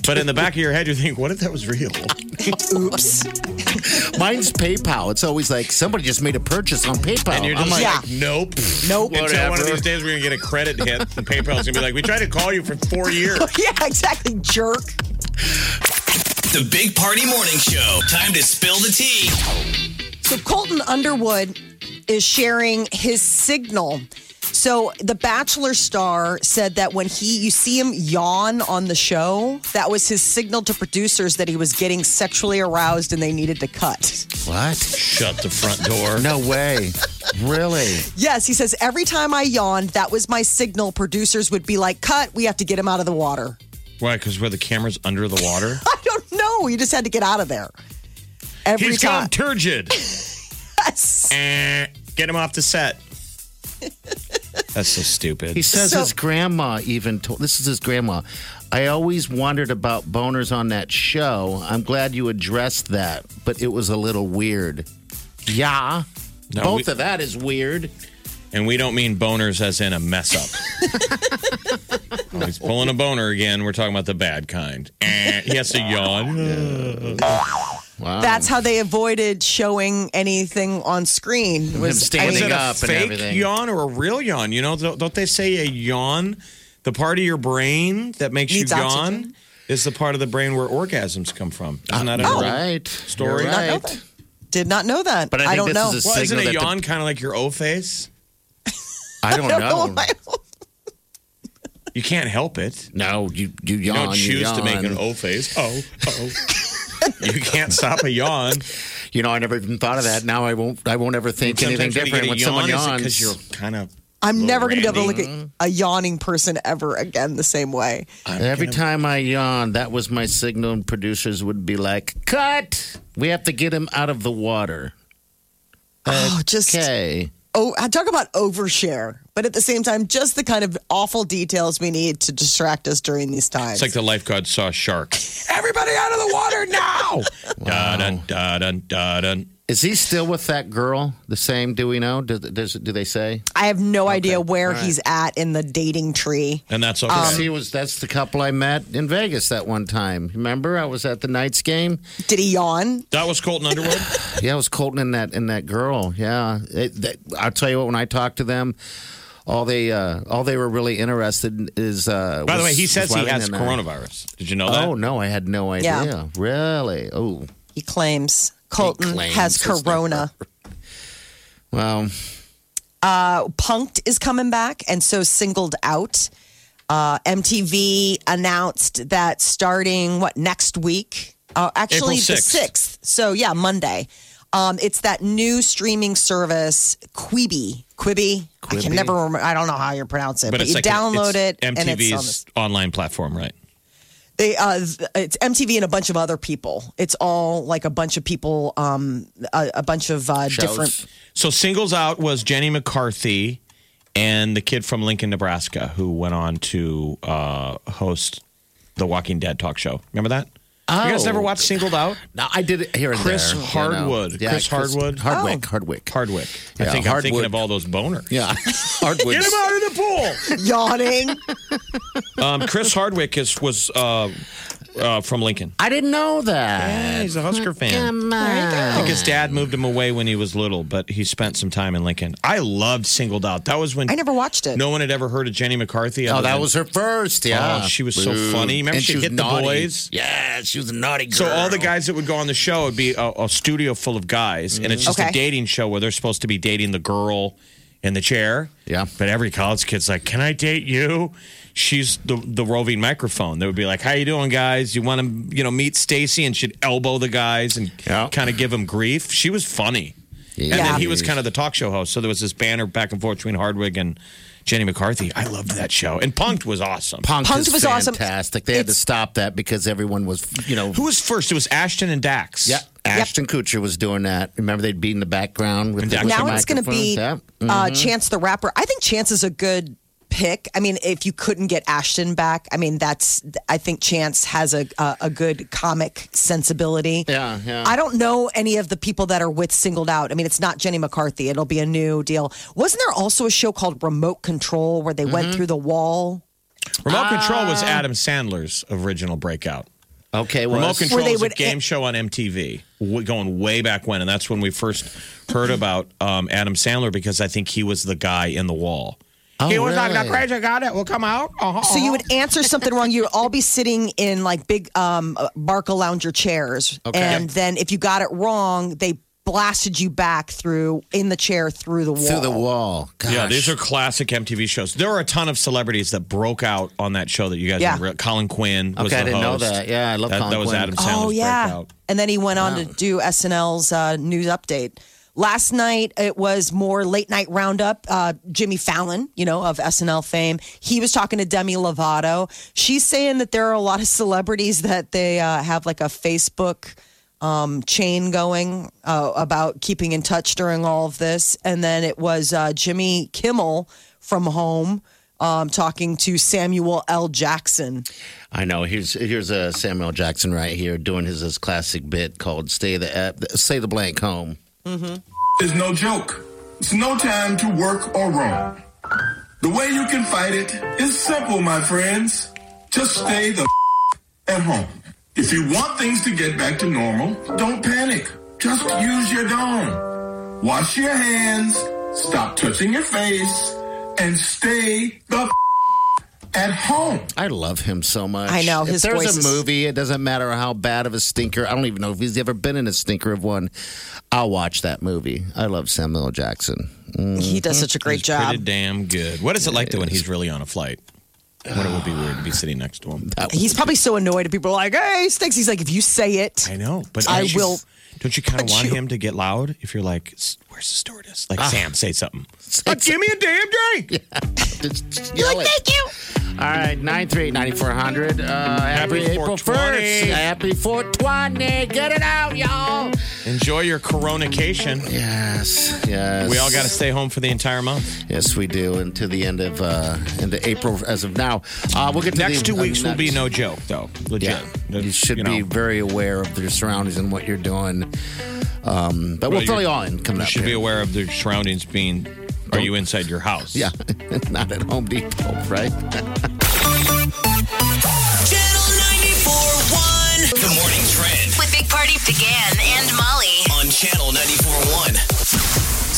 But in the back of your head, you think, "What if that was real?" Oops. Mine's PayPal. It's always like somebody just made a purchase on PayPal. And you're just I'm like, Oh, like, "Nope, Nope. Until one of Whatever. these days, we're gonna get a credit hit, and PayPal's gonna be like, "We tried to call you for four years." yeah, exactly. Jerk. The Big Party Morning Show. Time to spill the tea. So Colton Underwood is sharing his signal. So the Bachelor star said that when he you see him yawn on the show, that was his signal to producers that he was getting sexually aroused and they needed to cut. what? Shut the front door. No way. really? Yes, he says every time I yawned, that was my signal. Producers would be like, "Cut, we have to get him out of the water." Why? Because where the camera's under the water. I don't know. You just had to get out of there. Every He's time. gone turgid. Yes. Eh, Get him off the set. That's so stupid. He says So- his grandma even told this is his grandma. I always wondered about boners on that show. I'm glad you addressed that, but it was a little weird. Yeah. No, Both we- of that is weird. And we don't mean boners as in a mess up. Oh, He's pulling a boner again. We're talking about the bad kind. Eh, he has to yawn. Wow. That's how they avoided showing anything on screen. him Was Is standing it a up and fake everything. yawn or a real yawn? You know, don't don't they say a yawn, the part of your brain that makes Needs you yawn, oxygen. is the part of the brain where orgasms come from? Isn't that a You're real- Oh. right. Story. You're Not right. nothing. Did not know that. But I think don't know. this is a Well, isn't signal a that the- yawn kind of like your O face? I don't know. You can't help it. No, you you You yawn. don't choose to make an yawn. O face. Oh, oh. you can't stop a yawn. You know, I never even thought of that. Now I won't. I won't ever think anything Sometimes you get different a when someone yawn, yawns. because you're kind of. I'm never going to be able to look Randy. at a yawning person ever again the same way. Every time I yawned, that was my signal, and producers would be like, "Cut! We have to get him out of the water." Oh, just Okay. oh, I talk about overshare, but at the same time, just the kind of awful details we need to distract us during these times. It's like the lifeguard saw a shark. Everybody out of the water now! Da dun da dun da dun. Is he still with that girl? The same? Do we know? Do, does, do they say? I have no idea where he's at in the dating tree. And that's okay. he was. That's the couple I met in Vegas that one time. Remember, I was at the Knights game. Did he yawn? that was Colton Underwood. Yeah, it was Colton and that and that girl. Yeah, It- that- I'll tell you what. When I talked to them, all they uh, all they were really interested in is. Uh, By the was- way, he was says he Wiley has and I. coronavirus. Did you know that? Oh no, I had no idea. Yeah. Really? Oh, He claims Colton claims has it's not- corona. well. Uh, Punked is coming back, and so singled out. Uh, MTV announced that starting what next week? Uh, actually, April 6th. the sixth. So yeah, Monday. Um, it's that new streaming service Quibi. Quibi. I can Quibi. never remember. I don't know how you pronounce it, but, you an- download it, it's and it's on the MTV's online platform, right? they uh th- it's MTV and a bunch of other people. It's all like a bunch of people um a, a bunch of uh different So singles out was Jenny McCarthy and the kid from Lincoln, Nebraska, who went on to uh, host the Walking Dead talk show. Remember that? You guys Oh. never watched Singled Out? No, I did it here and Chris there, you know. Hardwood. Yeah, Chris, Hardwood. Oh. Hardwick. Hardwick. Hardwick. I Yeah, think I'm thinking Hardwood. of all those boners. Yeah, Hardwood. Get him out of the yawning. pool. Um, Chris Hardwick is was uh, uh, from Lincoln. I didn't know that. Yeah, he's a Husker fan. I think his dad moved him away when he was little, but he spent some time in Lincoln. I loved Singled Out. That was when I never watched it. No one had ever heard of Jenny McCarthy. Oh, other that than- was her first. Yeah, Oh, she was so Ooh. funny. Remember And she'd was hit the naughty. boys? Yeah, she was a naughty girl. So all the guys that would go on the show would be a, a studio full of guys, and it's just a Okay. dating show where they're supposed to be dating the girl in the chair. Yeah. But every college kid's like, "Can I date you?" She's the the roving microphone. They would be like, "How you doing, guys? You want to you know meet Stacy?" And she'd elbow the guys and kind of give them grief. She was funny. And then he was kind of the talk show host. So there was this banner back and forth between Hardwig and Jenny McCarthy. I loved that show. And Punked was awesome. Punked, Punked was was awesome. fantastic. They had to stop that because everyone was, you know, Who was first? It was Ashton and Dax. Yeah. Ashton Kutcher was doing that. Remember, they'd be in the background with the, with now the it's going to be microphones? Yeah. uh, Mhm. Chance the Rapper. I think Chance is a good pick. I mean, if you couldn't get Ashton back, I mean, that's I think Chance has a a, a good comic sensibility. Yeah, yeah. I don't know any of the people that are with singled out. I mean, it's not Jenny McCarthy. It'll be a new deal. Wasn't there also a show called Remote Control where they Mm-hmm. went through the wall? Remote Control was Adam Sandler's original breakout. Okay, well, Remote that's- Control Where they was a would- game show on MTV w- going way back when, and that's when we first heard about um, Adam Sandler because I think he was the guy in the wall. Oh, he was like really? the crazy guy that will come out. Uh-huh, So you uh-huh." would answer something wrong. You'd all be sitting in like big um, uh, Barca lounger chairs, Okay. and then if you got it wrong, they blasted you back through in the chair through the wall. Through the wall. Gosh. Yeah, these are classic MTV shows. There were a ton of celebrities that broke out on that show that you guys Yeah. didn't real- Colin Quinn was Okay, I the didn't know host. that. Yeah, I love that, Colin That was Quinn. Adam Sandler's Oh yeah, breakout. and then he went on to do SNL's uh, news update. Last night it was more late night roundup. Uh, Jimmy Fallon, you know, of SNL fame, he was talking to Demi Lovato. She's saying that there are a lot of celebrities that they uh, have like a Facebook um, chain going uh, about keeping in touch during all of this. And then it was uh, Jimmy Kimmel from home um, talking to Samuel L. Jackson. I know. Here's here's uh, Samuel Jackson right here doing his, his classic bit called "Stay the uh, Stay the Blank Home." is no joke. It's no time to work or roam. The way you can fight it is simple, my friends. Just stay the at home. If you want things to get back to normal, don't panic. Just use your dome. Wash your hands, stop touching your face, and stay the at home. I love him so much. I know, If his there's voice a is- movie, it doesn't matter how bad of a stinker. I don't even know if he's ever been in a stinker of one. I'll watch that movie. I love Samuel L. Jackson. He Mm-hmm. does such a great job. Pretty damn good. What is it like though when he's really on a flight? When it would be weird to be sitting next to him. He's probably so annoyed at people like, hey, Stinks. He's like, if you say it, I know, but I aren't you- will. Don't you kind of punch want you. him to get loud if you're like, "S- "Where's the stewardess?" Like Ah. Sam, say something. give me a damn drink. You're like, thank you. All right, 93 9400. Uh, happy, Happy April 1st. 420. Happy 420. Get it out, y'all. Enjoy your coronation. Yes, yes. We all got to stay home for the entire month. Yes, we do. And to the end of uh, into April as of now. Uh, we'll get to Next the, two uh, weeks will be next- no joke, though. Legit. Yeah. You should you be know. very aware of your surroundings and what you're doing. Um, but we'll Well, fill you're- you all in coming You up. should be here. aware of the surroundings being. Are you inside your house? Yeah, not at Home Depot, right? The morning trend With Big Party began and Molly. on channel 941.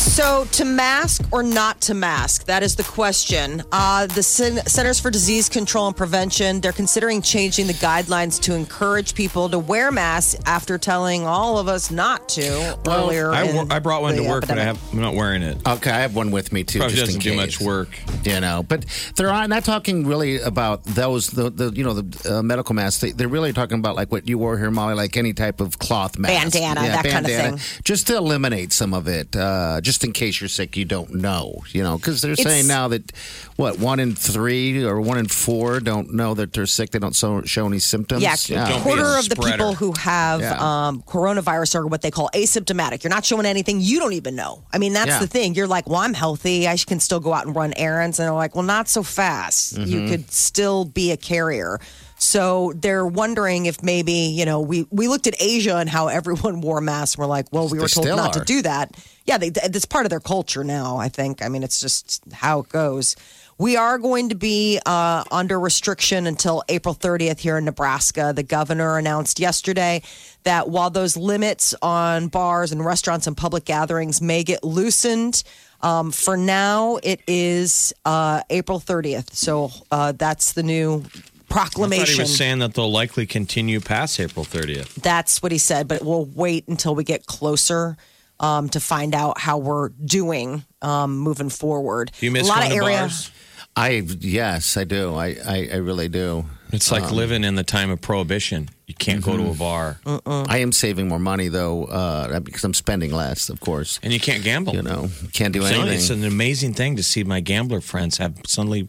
So, to mask or not to mask? That is the question. Uh, the Cen- Centers for Disease Control and Prevention, they're considering changing the guidelines to encourage people to wear masks after telling all of us not to earlier. I, in wore- I brought one to the work, but I epidemic. have, I'm not wearing it. Okay, I have one with me too. Probably just doesn't in do case. much work. You know, but they're on- not talking really about those. The, the you know the uh, medical masks. They, they're really talking about like what you wore here, Molly, like any type of cloth mask, Bandana, that kind of thing. just to eliminate some of it, uh, just in case you're sick, you don't know. You know, because they're It's- saying now that what one in three or one in four don't know that they're sick. They don't so, show any symptoms. Yeah, a quarter of the people who have Yeah. um, coronavirus are what they call asymptomatic. You're not showing anything. You don't even know. I mean, that's Yeah. the thing. You're like, well, I'm healthy. I sh- can still go out and run errands. And they're like, well, not so fast. You Mhm. could still be a carrier. So they're wondering if maybe, you know, we, we looked at Asia and how everyone wore masks. We're like, well, we They were told still not to are. do that. Yeah, they, that's part of their culture now, I think. I mean, it's just how it goes. We are going to be uh, under restriction until April 30th here in Nebraska. The governor announced yesterday that while those limits on bars and restaurants and public gatherings may get loosened, um, for now it is uh, April 30th. So uh, that's the new I thought he proclamation. was saying that they'll likely continue past April 30th. That's what he said, but we'll wait until we get closer um, to find out how we're doing um, moving forward. You miss a lot going of to area. bars? I yes, I do. I I, I really do. It's like Um, mm-hmm. living in the time of prohibition. You can't go to a bar, I am saving more money though uh, because I'm spending less, of course. and you can't gamble. You know, can't do So anything. It's an amazing thing to see my gambler friends have suddenly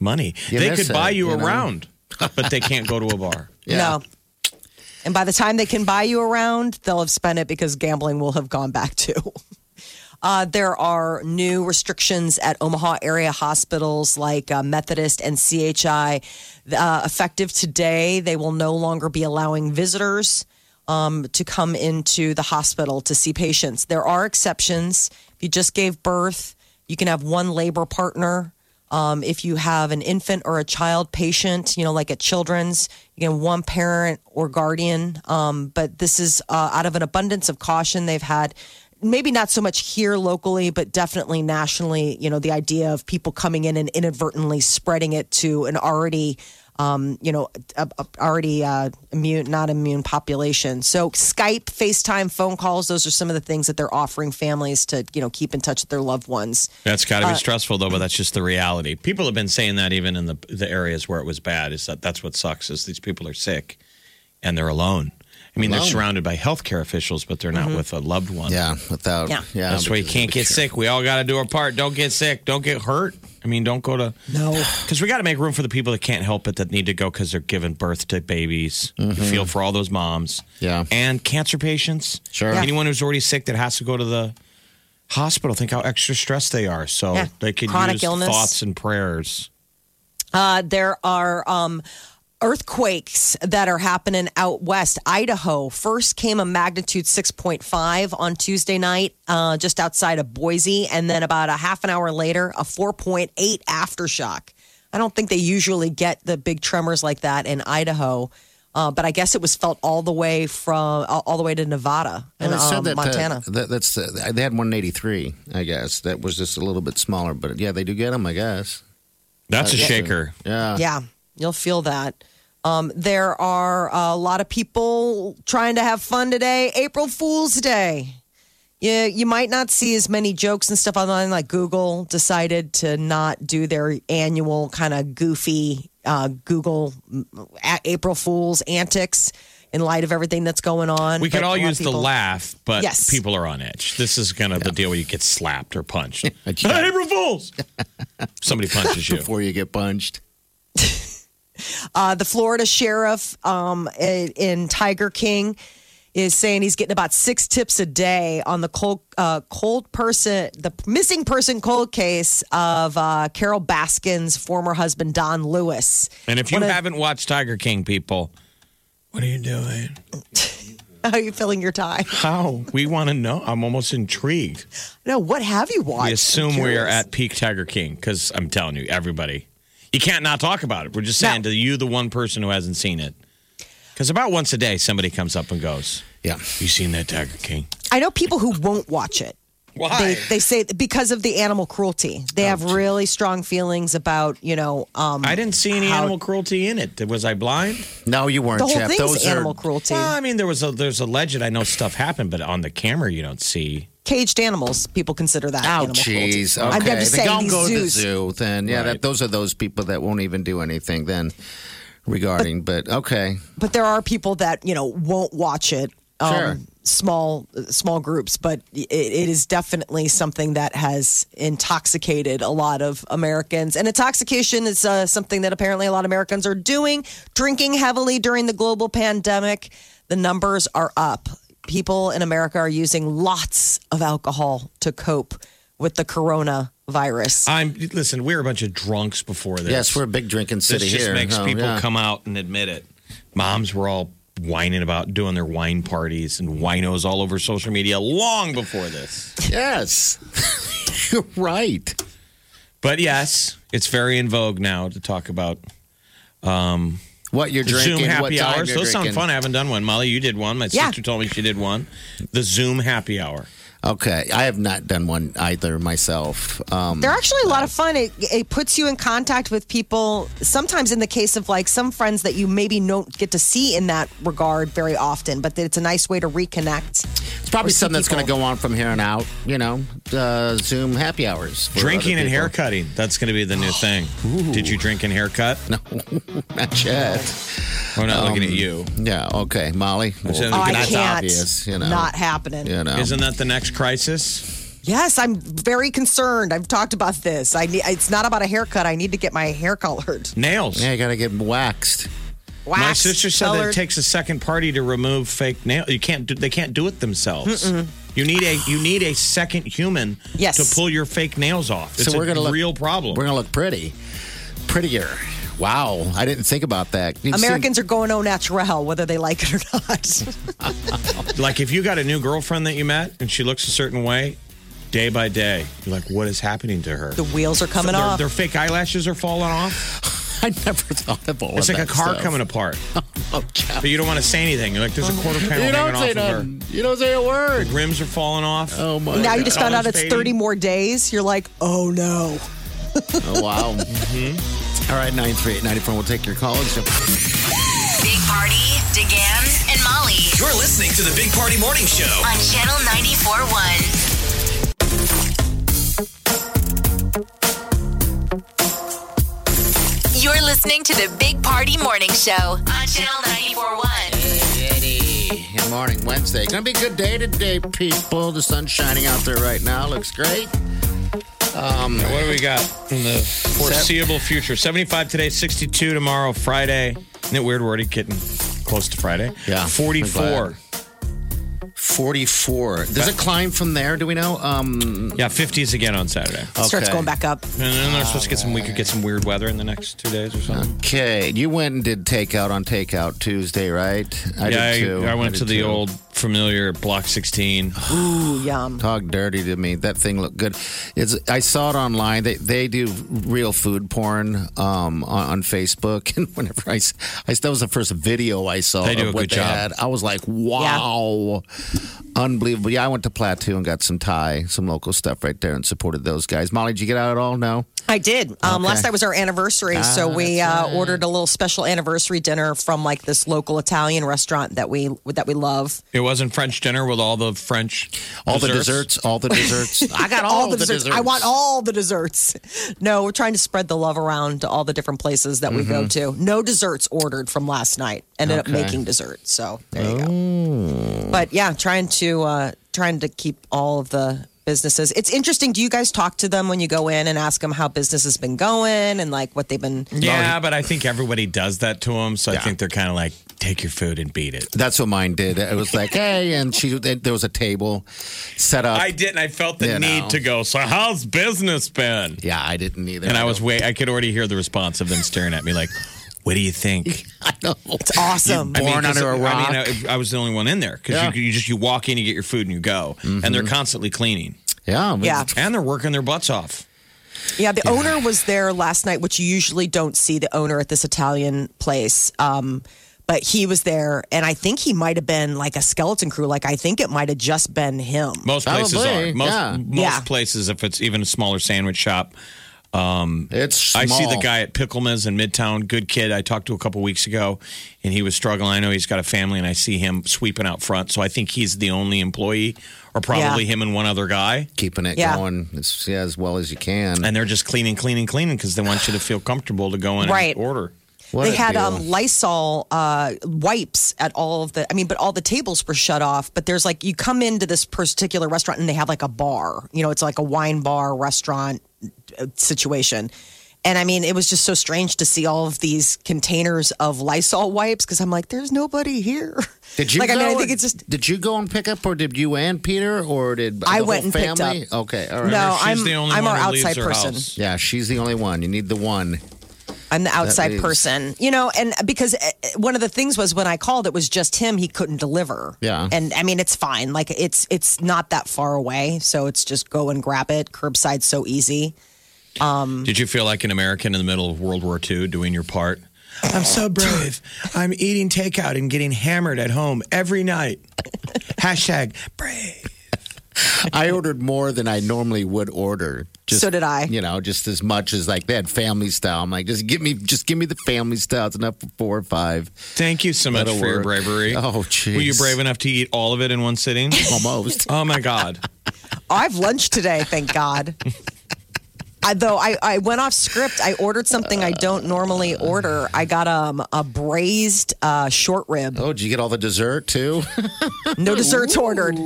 money. You they miss could buy it, you, you a know? round, but they can't go to a bar. No. And by the time they can buy you around, they'll have spent it because gambling will have gone back too. Uh, there are new restrictions at Omaha area hospitals like uh, Methodist and CHI. Uh, effective today, they will no longer be allowing visitors um, to come into the hospital to see patients. There are exceptions. If you just gave birth, you can have one labor partner. Um, if you have an infant or a child patient, you know, like at children's, you can have one parent or guardian. Um, but this is uh, out of an abundance of caution. They've had maybe not so much here locally, but definitely nationally, you know, the idea of people coming in and inadvertently spreading it to an already, um, you know, a, a- already uh, immune, not immune population. So Skype, FaceTime, phone calls, those are some of the things that they're offering families to, you know, keep in touch with their loved ones. That's got to be Uh, stressful though, but that's just the reality. People have been saying that even in the the areas where it was bad is that that's what sucks is these people are sick and they're alone. I mean, they're Alone. surrounded by healthcare officials, but they're not Mhm. with a loved one. Yeah, without. Yeah, Yeah. that's why you can't get sick. We all got to do our part. Don't get sick. Don't get hurt. I mean, don't go to no because we got to make room for the people that can't help it that need to go because they're giving birth to babies. We Mhm. Feel for all those moms. Yeah. and cancer patients. Sure. Yeah. anyone who's already sick that has to go to the hospital. Think how extra stressed they are. So Yeah. they could Chronic use illness. thoughts and prayers. Uh, there are um, earthquakes that are happening out west. Idaho first came a magnitude 6.5 on Tuesday night, uh, just outside of Boise, and then about a half an hour later, a 4.8 aftershock. I don't think they usually get the big tremors like that in Idaho. Uh, but I guess it was felt all the way from all all the way to Nevada and Well, it said um, that, uh, Montana. that- that's uh, they had 183, I guess. That was just a little bit smaller, but yeah, they do get them, I guess. That's a I guess. shaker. Yeah. Yeah, you'll feel that. Um, there are a lot of people trying to have fun today. April Fool's Day. Yeah, you might not see as many jokes and stuff online. Like Google decided to not do their annual kind of goofy uh, Google mm, a- April Fool's antics in light of everything that's going on. We But could all a lot of use the people- laugh, but Yes. people are on edge. This is kind of the deal where you get slapped or punched. April Fools! Somebody punches you. Before you get punched. Uh, the Florida sheriff um, in in Tiger King is saying he's getting about six tips a day on the cold, uh, cold person, the missing person cold case of uh, Carol Baskin's former husband Don Lewis. And if you One of- haven't watched Tiger King, people, what are you doing? how are you filling your time? How? We want to know. I'm almost intrigued. No, what have you We watched? assume we are Curious. at peak Tiger King because I'm telling you, everybody, you can't not talk about it. We're just saying to you, the one person who hasn't seen it, because about once a day somebody comes up and goes, "Yeah, you seen that Tiger King?" I know people who won't watch it. Why? They, they say because of the animal cruelty. They have really strong feelings about you know. Um, I didn't see any animal cruelty in it. Was I blind? No, you weren't, The whole Jeff. thing's Those are- animal cruelty. Well, I mean, there was a there's a legend. I know stuff happened, but on the camera you don't see. caged animals. People consider that. Oh, animal cruelty. jeez. I'm Okay. just They saying don't these go to the zoos. zoo. Then, yeah, that, those are those people that won't even do anything then regarding, but, okay. but there are people that you know won't watch it. um, Sure. Small small groups, but it, it is definitely something that has intoxicated a lot of Americans. And intoxication is uh, something that apparently a lot of Americans are doing, drinking heavily during the global pandemic. The numbers are up. People in America are using lots of alcohol to cope with the coronavirus. I'm listen. We're a bunch of drunks before this. Yes, we're a big drinking This city just here. makes Oh, people yeah. come out and admit it. Moms were all whining about doing their wine parties and winos all over social media long before this. Yes. You're right. But yes, it's very in vogue now to talk about um, what you're the drinking, Zoom happy what time hours. you're Those sound drinking. fun. I haven't done one. Molly, you did one. My Yeah. sister told me she did one. The Zoom happy hour. Okay. I have not done one either myself. Um, They're actually a lot of fun. It, it puts you in contact with people, sometimes in the case of like some friends that you maybe don't get to see in that regard very often, but it's a nice way to reconnect. It's probably something that's going to go on from here on out, you know, uh, Zoom happy hours. for Drinking other and people. haircutting. That's going to be the new thing. Did you drink and haircut? No, not yet. We're not Um, looking at you. Yeah, okay, Molly. That's well, Oh, I that's can't. obvious, you know. Not happening. You know. Isn't that the next crisis? Yes, I'm very concerned. I've talked about this. I need, it's not about a haircut. I need to get my hair colored. Nails. Yeah, you got to get waxed. My Waxed, sister said that it colored. takes a second party to remove fake nail. You can't. Do, they can't do it themselves. You need a you need a second human Yes. to pull your fake nails off. It's so we're a going to look real problem. We're going to look pretty, prettier. Wow, I didn't think about that. You've seen- Americans are going au naturel, whether they like it or not. like if you got a new girlfriend that you met and she looks a certain way, day by day, you're like, what is happening to her? the wheels are coming their, off. Their fake eyelashes are falling off. I never thought of all It's of like a that car stuff. Oh, coming apart. But you don't want to say anything. You're like, there's a quarter panel You hanging don't off say of her. nothing. You don't say a word. The rims are falling off. Oh my! now you just found out Colors it's fading. 30 more days. You're like, oh no. Oh, wow. mm-hmm. All right, nine three eight ninety four. We'll take your calls. Big Party, DeGan, and Molly You're listening to the Big Party Morning Show. on Channel 94.1. You're listening to the Big Party Morning Show on Channel 94.1. Good morning, Wednesday. Gonna be a good day today, people. The sun's shining out there right now. Looks great. Um, What do we got in the foreseeable future? 75 today, 62 tomorrow, Friday. Isn't it weird we're already getting close to Friday? Yeah, 44. 44. Does it climb from there? Do we know? Um, Yeah, 50s again on Saturday. Starts going back up. And then they're supposed to get some, we could get some weird weather in the next two days or something. Okay, you went and did takeout on Takeout Tuesday, right? I yeah, did too. I, I went did to the too. old familiar Block 16. Ooh, yum. Talk dirty to me. That thing looked good. It's I saw it online. They they do real food porn um, on, on Facebook, and whenever I, s- I s- that was the first video I saw. They do of a what good they job. Had. I was like, wow, unbelievable. Yeah, I went to Plateau and got some Thai, some local stuff right there, and supported those guys. Molly, did you get out at all? No. I did. Um, Okay. Ah, Last night was our anniversary, so we uh, ordered a little special anniversary dinner from like this local Italian restaurant that we that we love. It wasn't French dinner with all the French. All the desserts. desserts. All the desserts. I got all, the desserts. I want all the desserts. No, we're trying to spread the love around to all the different places that we go to. No desserts ordered from last night. Ended up Mm-hmm. Okay. Oh. making dessert. So there you go. But yeah, trying to uh, trying to keep all of the businesses. It's interesting. Do you guys talk to them when you go in and ask them how business has been going and like what they've been? Yeah, but I think everybody does that to them. So I think they're kind of like, take your food and beat it. That's what mine did. It was like, hey, and she there was a table set up. I didn't. I felt the You need know. to go. So how's business been? yeah, I didn't either. And I was wait. I could already hear the response of them staring at me, like, "What do you think?" I know. It's awesome. I mean, Born 'cause, under a rock. I, mean, I, I was the only one in there because Yeah. Mm-hmm. you, you just you walk in, you get your food, and you go. And they're constantly cleaning, yeah, I mean, Yeah. and they're working their butts off. Yeah, the owner was there last night, which you usually don't see the owner at this Italian place. Um, but he was there, and I think he might have been like a skeleton crew. Like I think it might have just been him. Most places are. Most, most Yeah. places, if it's even a smaller sandwich shop, um, it's. I see small. the guy at Pickleman's in Midtown. Good kid. I talked to a couple weeks ago, and he was struggling. I know he's got a family, and I see him sweeping out front. So I think he's the only employee, or probably Yeah. him and one other guy, keeping it Yeah. going as, yeah, as well as you can. and they're just cleaning, cleaning, cleaning because they want you to feel comfortable to go in Right. and order. they had um, Lysol uh, wipes at all of the. I mean, but all the tables were shut off. But there's like you come into this particular restaurant and they have like a bar. You know, it's like a wine bar restaurant uh, situation. And I mean, it was just so strange to see all of these containers of Lysol wipes because I'm like, there's nobody here. Did you Like, I go mean, I think and- it's just- Did you go and pick up, or did you and Peter, or did I the went and whole picked family? up. Okay, all right. No, She's Oh, I'm- the only I'm one our who leaves outside her person. house. Yeah, she's the only one. You need the one. I'm the That outside leaves- person, you know, and because uh, one of the things was when I called, it was just him. He couldn't deliver. Yeah. and I mean, it's fine. Like it's it's not that far away, so it's just go and grab it. Curbside, so easy. Um, Did you feel like an American in the middle of World War II doing your part? I'm so brave. I'm eating takeout and getting hammered at home every night. Hashtag I ordered more than I normally would order. So did I. You know, just as much as like they had family style. I'm like, just give me, just give me the family style. It's enough for four or five. Thank you so much That'll for your work. bravery. Oh, jeez. Were you brave enough to eat all of it in one sitting? Almost. Oh my God. I have lunch today, thank God. I, though I, I went off script. I ordered something I don't normally order. I got um, a braised uh, short rib. Oh, did you get all the dessert too? No desserts ordered.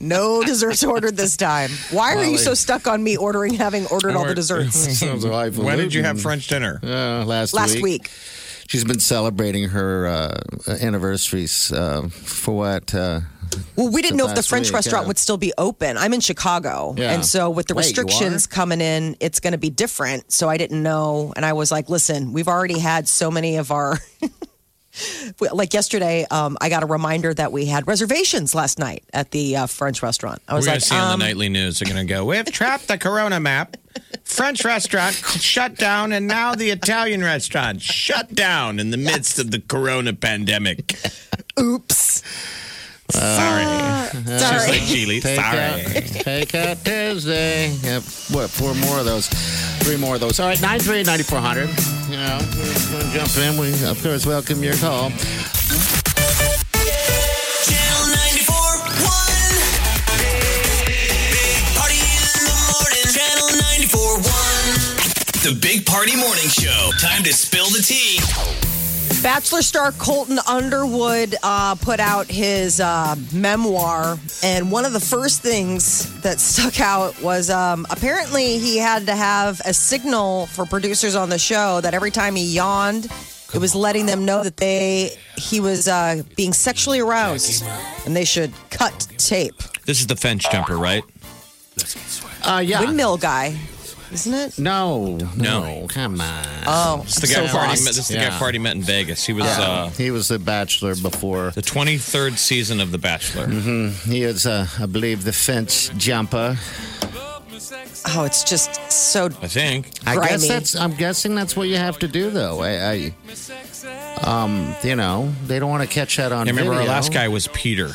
No desserts ordered this time. Why are you Molly. so stuck on me ordering, having ordered all the desserts? Sounds highfalutin. When did you have French dinner? Uh, last Last week. week. She's been celebrating her uh, anniversaries uh, for what? Uh, Well, we didn't know if the last French week, restaurant yeah. would still be open. I'm in Chicago. Yeah. And so with the Wait, you restrictions coming in, it's going to be different. So I didn't know. And I was like, listen, we've already had so many of our. like yesterday, um, I got a reminder that we had reservations last night at the uh, French restaurant. I We're was going like, to see on um, the nightly news. They're going to go, We've trapped the Corona map. French restaurant shut down, and now the Italian restaurant shut down in the midst of the Corona pandemic. oops. Sorry. Just like Geely. Take Sorry. Out, take out Tuesday. Yep. What? Four more of those. Three more of those. All right. Nine three ninety four hundred. You know, we're gonna jump in. We of course welcome your call. Channel 94.1. Big Party in the morning. Channel 94.1. The Big Party Morning Show. Time to spill the tea. Bachelor star Colton Underwood uh, put out his uh, memoir, and one of the first things that stuck out was um, apparently he had to have a signal for producers on the show that every time he yawned, it was letting them know that they he was uh, being sexually aroused, and they should cut tape. This is the fence jumper, right? Uh, Ah. yeah. Windmill guy, isn't it? No. No. Come on. Oh, This is the I'm guy so Farty lost. met, this is the guy Yeah. Farty met in Vegas. He was uh, he was the Bachelor before. the 23rd season of The Bachelor. hmm He is, uh, I believe, the fence jumper. Oh, it's just so. I think. I guess Grimy. that's. I'm guessing that's what you have to do, though. I, I um, you know, they don't want to catch that on. I remember our video. last guy was Peter.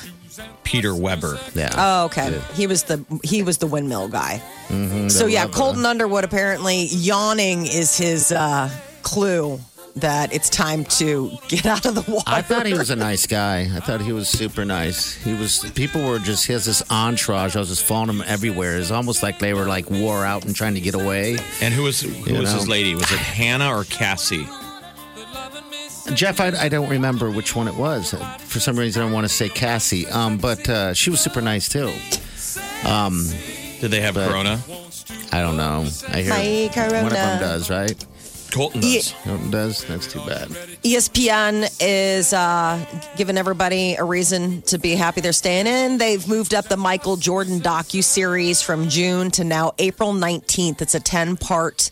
Peter Weber. Yeah. Oh, okay. He was the he was the windmill guy. Mhm, So they yeah, love Colton Underwood apparently yawning is his uh, clue that it's time to get out of the water. I thought he was a nice guy. I thought he was super nice. He was. People were just. He has this entourage. I was just following him everywhere. It's almost like they were like wore out and trying to get away. And who was who You was his know. lady? Was it Hannah or Cassie? Jeff, I, I don't remember which one it was. For some reason, I want to say Cassie. Um, but uh, she was super nice too. Um, Did they have but Corona? I don't know. I hear My one of them Corona. does, right? Colton Ye- does. Colton does. That's too bad. E ESPN is uh, giving everybody a reason to be happy they're staying in. They've moved up the Michael Jordan docu series from June to now April 19th. It's a 10 part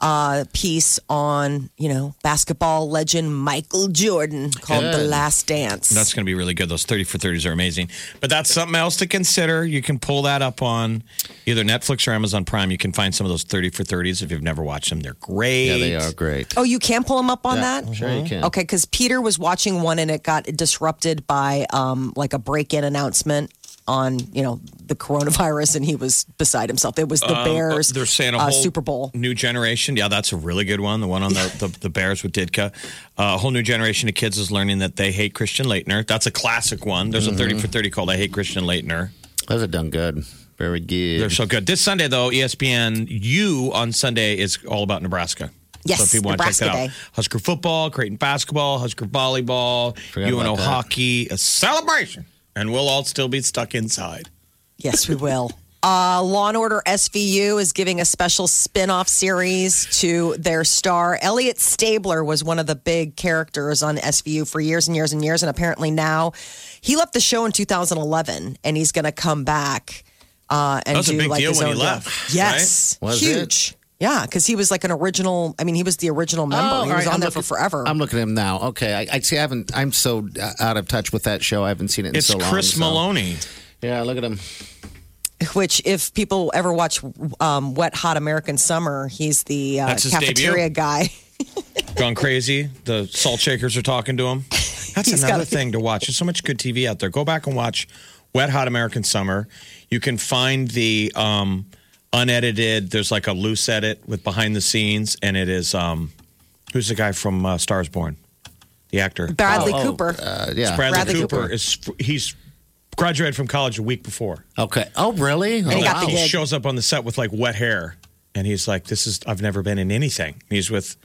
uh, piece on, you know, basketball legend Michael Jordan called The Good. Last Dance. That's going to be really good. Those 30 for 30s are amazing. But that's something else to consider. You can pull that up on either Netflix or Amazon Prime. You can find some of those 30 for 30s if you've never watched them. They're great. Yeah, they are great. Oh, you can pull him up on Yeah, that? sure you can. Okay, because Peter was watching one and it got disrupted by um, like a break in announcement on, you know, the coronavirus and he was beside himself. It was the Um, Bears They're saying a uh, whole Super Bowl. new generation. Yeah, that's a really good one. The one on the, the, the Bears with Didka. Uh, a whole new generation of kids is learning that they hate Christian Leitner. That's a classic one. There's a Mm-hmm. 30 for 30 called I Hate Christian Leitner. Those are done good. Very good. They're so good. This Sunday, though, E ESPN U on Sunday is all about Nebraska. Yes, so if people want to check Nebraska that out. Day. Husker football, Creighton basketball, Husker volleyball, Forgot UNO about that. hockey, a celebration. And we'll all still be stuck inside. Yes, we will. Uh, Law and Order SVU is giving a special spin off series to their star. Elliot Stabler was one of the big characters on SVU for years and years and years. And apparently now he left the show in 2011 and he's going to come back uh, and That was a do big like deal his when own he deal. left, Yes. right? Was Huge. Yeah, because he was like an original. I mean, he was the original member. Oh, he all was right, on I'm there looking- for forever. I'm looking at him now. Okay, I, I see. I haven't. I'm so uh, out of touch with that show. I haven't seen it in It's so long. Chris so- Maloney. Yeah, look at him. Which, if people ever watch um, Wet Hot American Summer, he's the uh, That's his debut. cafeteria guy. Gone crazy. The salt shakers are talking to him. That's He's another gotta- thing to watch. There's so much good TV out there. Go back and watch Wet Hot American Summer. You can find the um, unedited. There's like a loose edit with behind the scenes, and it is um, who's the guy from uh, Stars Born, the actor Bradley Oh, oh, Cooper. uh, yeah. It's Bradley, Bradley Cooper, Cooper. is he's graduated from college a week before. Okay. Oh, really? And he oh, got the He gig. shows up on the set with like wet hair, and he's like, "This is I've never been in anything." And he's with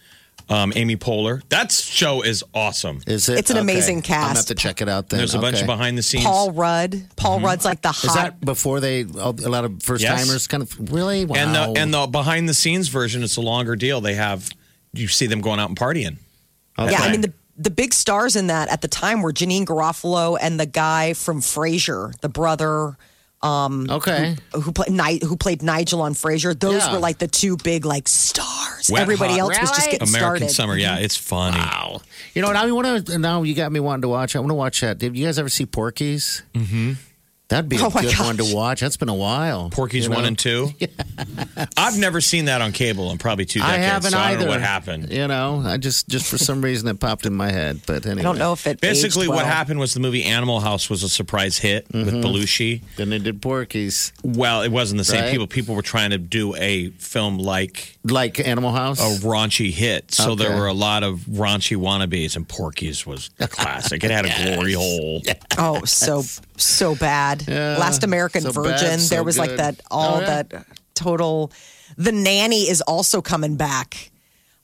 um, Amy Poehler. That show is awesome. Is it? It's an amazing I'm gonna have cast. to check it out then. There's a bunch Okay. of behind the scenes. Paul Rudd. Paul Rudd's like the Is hot. that before they a lot of first Yes. timers kind of really? Wow. And the and the behind the scenes version, it's a longer deal. They have you see them going out and partying. yeah, Okay. I mean the the big stars in that at the time were Janine Garofalo and the guy from Frasier, the brother. Um, Okay. who, who played Ni- who played Nigel on Frasier? Those Yeah. were like the two big like stars. Wet Everybody Hot else was just getting American started. Summer. Yeah, it's funny. Wow. You know, now you want to. Now you got me wanting to watch. I want to watch that. Did you guys ever see Porky's? Mm-hmm. That'd be Oh, a my good gosh. one to watch. That's been a while. Porky's you know? one and two. I've never seen that on cable in probably two I decades. haven't so I either. don't know what happened. You know, I just just for some reason it popped in my head. But anyway, I don't know if it Basically, aged what well. happened was the movie Animal House was a surprise hit Mm-hmm. with Belushi. Then they did Porky's, Well, it wasn't the same Right. people. People were trying to do a film like like Animal House. a raunchy hit. So there Okay. were a lot of raunchy wannabes, and Porky's was a classic. It had a glory hole. Oh, so so bad. Yeah, Last American so Virgin. bad, so there was like good. that all Oh, yeah. that total. The nanny is also coming back.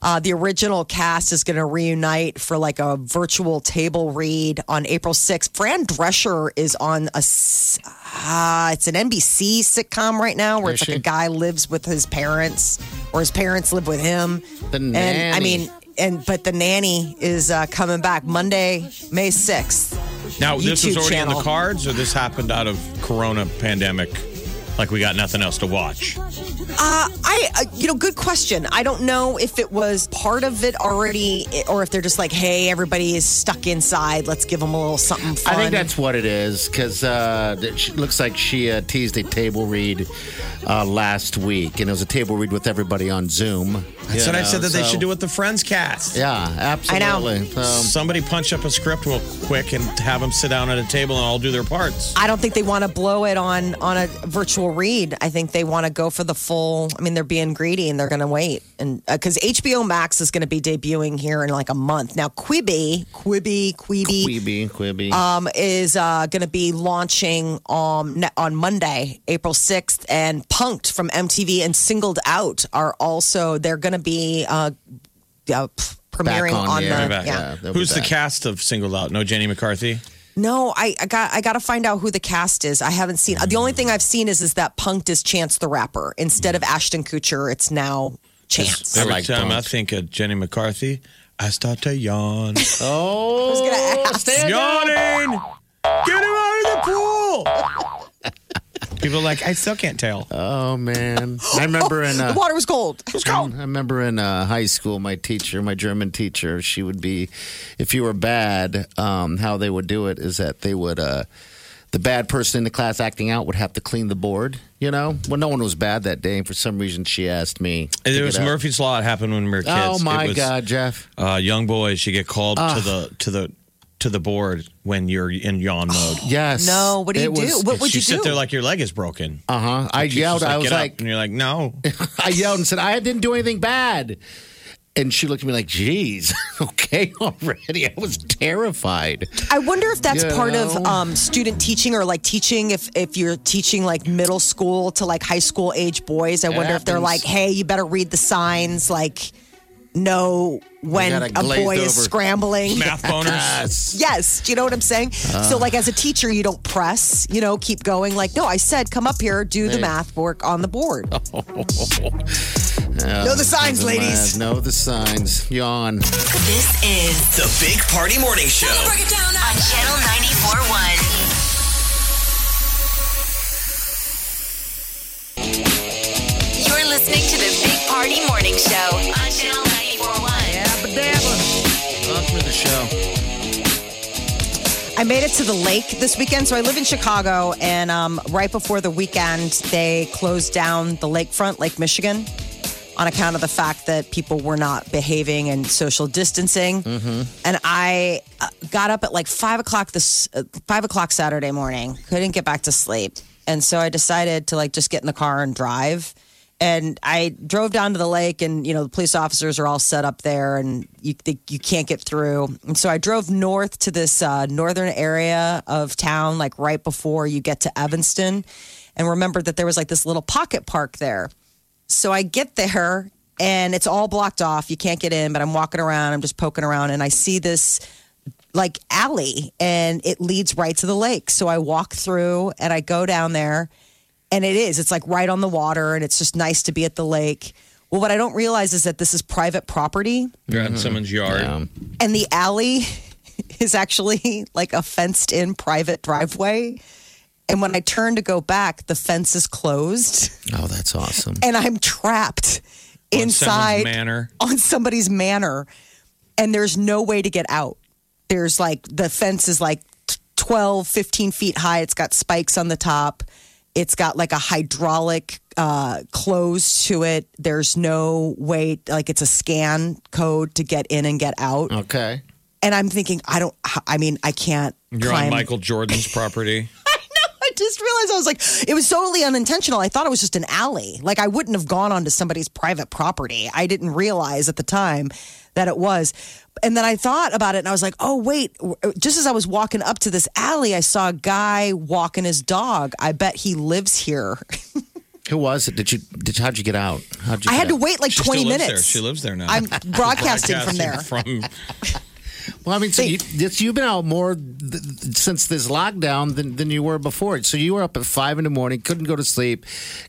Uh, the original cast is going to reunite for like a virtual table read on April 6th. Fran Drescher is on a, s- uh, it's an NBC sitcom right now where Is it's like she? a guy lives with his parents or his parents live with him. The And I nanny. mean, and but the nanny is uh, coming back Monday, May 6th. Now, this was YouTube already in channel. the cards, or this happened out of Corona pandemic, like we got nothing else to watch. Uh, I, uh, you know, good question. I don't know if it was part of it already, eh, or if they're just like, "Hey, everybody is stuck inside. Let's give them a little something fun." I think that's what it is because uh, it sh- looks like she uh, teased a table read uh, last week, and it was a table read with everybody on Zoom. That's you what I know, said that they so- should do with the Friends cast. Yeah, absolutely. Um, So, Somebody punch up a script real quick and have them sit down at a table and all do their parts. I don't think they want to blow it on on a virtual read. I think they want to go for the full. I mean, they're being greedy and they're going to wait, and uh, because HBO Max is going to be debuting here in like a month. Now, Quibi, Quibi, Quibi, Quibby, Quibby. um, is uh, going to be launching um, ne- on Monday, April 6th. And Punked from MTV and Singled Out are also, they're going to be uh, uh, p- premiering on on, the air. the. Back. Yeah. they'll be Who's the back. cast of Singled Out? No, Jenny McCarthy. No, I, I got I got to find out who the cast is. I haven't seen. The only thing I've seen is is that Punked is Chance the Rapper. Instead of Ashton Kutcher, it's now Chance. Every like time I Bunk. think of Jenny McCarthy, I start to yawn. Oh, gonna ask. stand up. Yawning! Get him out of the pool! Uh, People are like, I still can't tell. Oh man, I remember in uh, the water was cold. I remember in uh, high school, my teacher, my German teacher, she would be, if you were bad, um, how they would do it is that they would uh, the bad person in the class acting out would have to clean the board. You know, well, no one was bad that day, and for some reason, she asked me. to It get was up. Murphy's Law. It happened when we were kids. Oh, It my was, God, Jeff. Uh, young boys, you get called to Ugh. the to the to the board when you're in yawn mode. Yes. No, what do you It do? was- What would Oh, you sit do? there like your leg is broken. Uh huh. I She's yelled. just I was "Get up," like, and you're like, no. I yelled and said, I didn't do anything bad. And she looked at me like, geez, okay, already. I was terrified. I wonder if that's You part of know? um, student teaching or like teaching. If if you're teaching like middle school to like high school age boys, I It wonder if they're like, happens. hey, you better read the signs, like know when gotta a glaze boy is over. scrambling. Math boners. Yes, do you know what I'm saying? so Ah. like as a teacher, you don't press. You know, keep going. Like no, I said, come up here, do the Hey. Oh. math work on the board. know the signs, ladies. Know the signs. Yawn. This is The Big Party Morning Show. on Channel 94.1. You're listening to the Big Party Morning Show on Channel 94.1. Welcome to the show. I made it to the lake this weekend. So I live in Chicago, and um, right before the weekend, they closed down the lakefront, Lake Michigan, on account of the fact that people were not behaving and social distancing. And I uh, got up at like five o'clock this uh, five o'clock Saturday morning. Couldn't get back to sleep, and so I decided to like just get in the car and drive. And I drove down to the lake, and you know the police officers are all set up there, and you they, you can't get through. And so I drove north to this uh, northern area of town, like right before you get to Evanston, and remembered that there was like this little pocket park there. So I get there and it's all blocked off. You can't get in, but I'm walking around, I'm just poking around, and I see this like alley and it leads right to the lake. So I walk through and I go down there and it is. It's like right on the water and it's just nice to be at the lake. Well, what I don't realize is that this is private property You're out in someone's yard. and the alley is actually like a fenced in private driveway. And when I turn to go back, the fence is closed Oh, that's awesome. and I'm trapped Mm-hmm. On inside someone's manor. on somebody's manor, and there's no way to get out. There's like the fence is like 12, 15 feet high. It's got spikes on the top. It's got like a hydraulic uh, close to it. There's no way, like it's a scan code to get in and get Oh, out. Okay. And I'm thinking, I don't. I mean, I can't. You're climb on Michael Jordan's property. I just realized I was like, it was totally unintentional. I thought it was just an alley. Like I wouldn't have gone onto somebody's private property. I didn't realize at the time that it was. And then I thought about it and I was like, oh, wait. Just as I was walking up to this alley, I saw a guy walking his dog. I bet he lives here. Who was it? Did you? Did how'd you get out? How'd you? I get had to out? wait like She 20 still lives minutes. there. She lives there now. I'm She's broadcasting from there. From Well, I mean, so you, it's, you've been out more th- th- since this lockdown than, than you were before it. So you were up at five in the morning, couldn't go to sleep,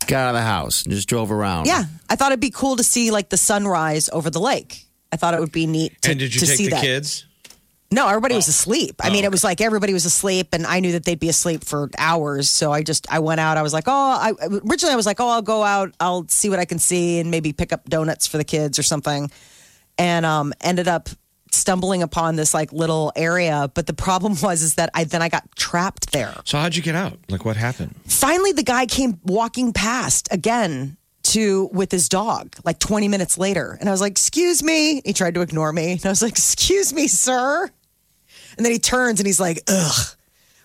got out of the house, and just drove around. Yeah. I thought it'd be cool to see like the sunrise over the lake. I thought it would be neat to, and did you to take see the that. kids? No, everybody was asleep. I Oh, mean, it was like everybody was asleep, and I knew that they'd be asleep for hours. So I just I went out. I was like, oh, I originally I was like, oh, I'll go out, I'll see what I can see, and maybe pick up donuts for the kids or something. And um, ended up stumbling upon this like little area. But the problem was is that I then I got trapped there. So how'd you get out? Like what happened? Finally, the guy came walking past again to with his dog like 20 minutes later. And I was like, Excuse me. He tried to ignore me. And I was like, Excuse me, sir. And then he turns and he's like, Ugh.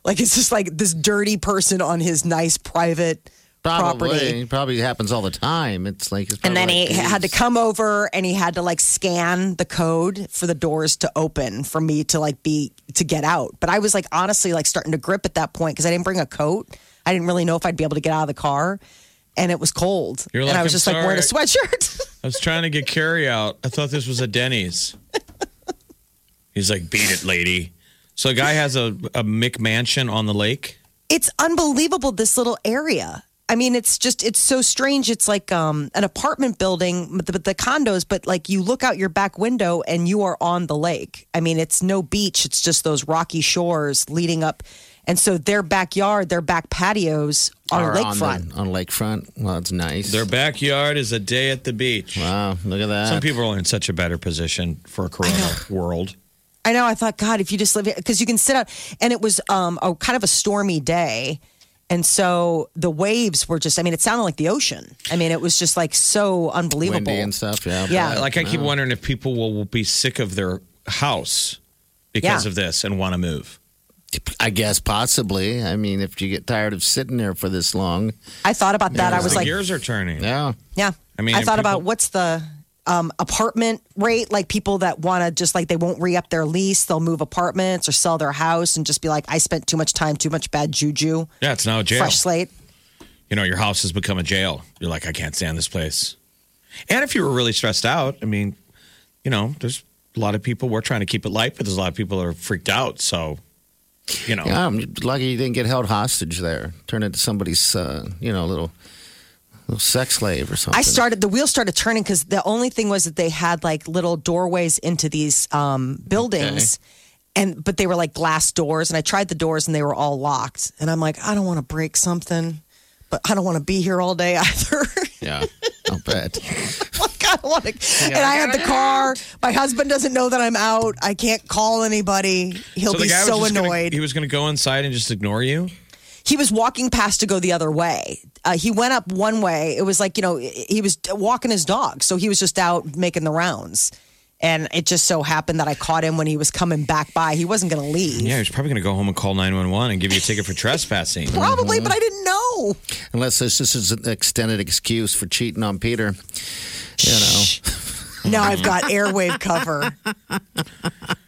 Like it's just like this dirty person on his nice private probably. property. It probably happens all the time. It's like, it's And then probably he like, had to come over and he had to like scan the code for the doors to open for me to like be to get out. But I was like honestly like starting to grip at that point because I didn't bring a coat. I didn't really know if I'd be able to get out of the car. And it was cold. You're and like, I was "I'm just like wearing a sorry." sweatshirt. I was trying to get carry out. I thought this was a Denny's. He's like, beat it, lady. So a guy has a, a McMansion on the lake. it's unbelievable this little area i mean it's just it's so strange it's like um an apartment building but the, the condos but like you look out your back window and you are on the lake i mean it's no beach it's just those rocky shores leading up and so their backyard their back patios are, lakefront On, the, on lakefront. Well, it's nice. Their backyard is a day at the beach. wow, look at that. Some people are in such a better position for a corona world. I know. I thought, God, if you just live here, because you can sit out, and it was um, a kind of a stormy day, and so the waves were just. I mean, it sounded like the ocean. I mean, it was just like so unbelievable Windy and stuff. Yeah. Yeah. Like I keep wondering if people will, will be sick of their house because Yeah. of this and want to move. I guess possibly. I mean, if you get tired of sitting there for this long, I thought about that. I Because was the like, gears are turning. yeah. yeah. I mean, I and thought people- about what's the um, apartment rate, like people that want to just like they won't re up their lease, they'll move apartments or sell their house, and just be like, I spent too much time, too much bad juju, Yeah, it's now a jail. fresh slate. You know, your house has become a jail. You're like, I can't stand this place. And if you were really stressed out, I mean, you know, there's a lot of people. We're trying to keep it light, but there's a lot of people that are freaked out. So, you know, Yeah, I'm lucky you didn't get held hostage there. Turn into somebody's, uh, you know, little little sex slave or something. I started the wheel started turning because the only thing was that they had like little doorways into these um, buildings, and but they were like glass doors. And I tried the doors, and they were all locked. And I'm like, I don't want to break something, but I don't want to be here all day either. Yeah, I'll bet. like I don't want to. And I had the car. My husband doesn't know that I'm out. I can't call anybody. He'll the be guy was so just gonna- annoyed. he was going to go inside and just ignore you. he was walking past to go the other way. Uh, he went up one way. It was like, you know, he was walking his dog. So he was just out making the rounds. And it just so happened that I caught him when he was coming back by. He wasn't going to leave. Yeah, he was probably going to go home and call 911 and give you a ticket for trespassing. Probably, Mm-hmm. but I didn't know. Unless this, this is an extended excuse for cheating on Peter. You know. Now I've got airwave cover.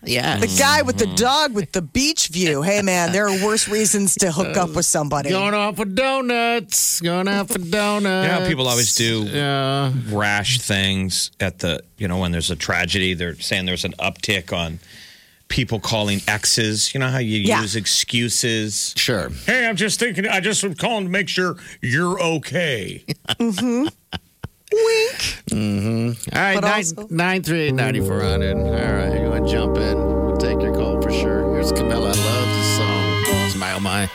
Yeah. The guy with the Mm-hmm. dog with the beach view. Hey, man, there are worse reasons to hook up with somebody. Going out for donuts. Going out for donuts. Yeah, people always do Yeah. rash things at the you know when there's a tragedy they're saying there's an uptick on people calling exes you know how you Yeah. use excuses Sure. hey i'm just thinking i just am calling to make sure you're okay All right, But nine, also- nine three eight ninety four hundred. All right, you want to jump in? We'll take your call for sure. Here's Camilla. I love this song. Smile, my.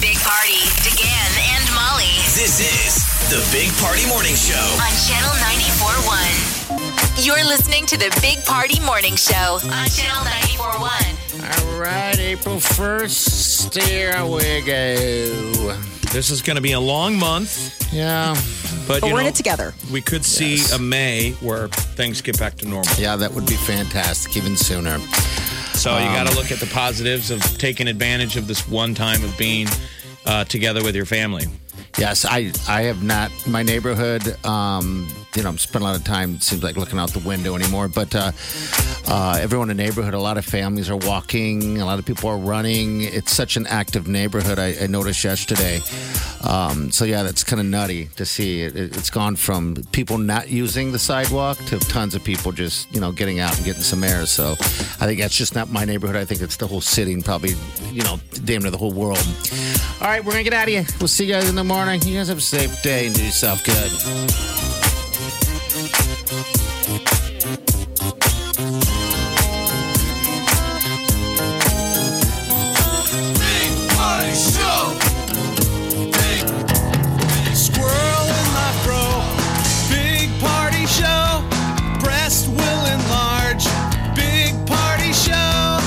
Big Party, DeGan and Molly This is the Big Party Morning Show. on Channel 94.1. You're listening to the Big Party Morning Show on Channel 94.1. All right, April first. Here we go. this is going to be a long month Yeah, but, But you we're in know, it together. we could see Yes. a may where things get back to normal yeah, that would be fantastic. Even sooner. so you got to look at the positives of taking advantage of this one time of being uh, together with your family Yes, I I have not my neighborhood. Um, you know, I'm spending a lot of time. It seems like looking out the window anymore. But uh, uh, everyone in the neighborhood, a lot of families are walking. A lot of people are running. It's such an active neighborhood. I, I noticed yesterday. Um, so yeah, that's kind of nutty to see. It, it, it's gone from people not using the sidewalk to tons of people just you know getting out and getting some air. So I think that's just not my neighborhood. I think it's the whole city and probably you know damn near the whole world. All right, we're gonna get out of here. We'll see you guys in the morning. You guys have a safe day and do yourself good. Big Party Show. Big squirrel in my bro. Big Party Show. Breast will enlarge. Big Party Show.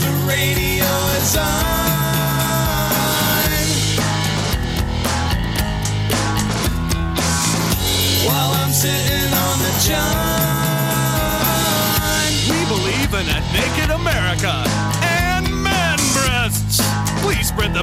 The radio is on. While I'm sitting on the john. We believe in a naked America and man breasts. Please spread the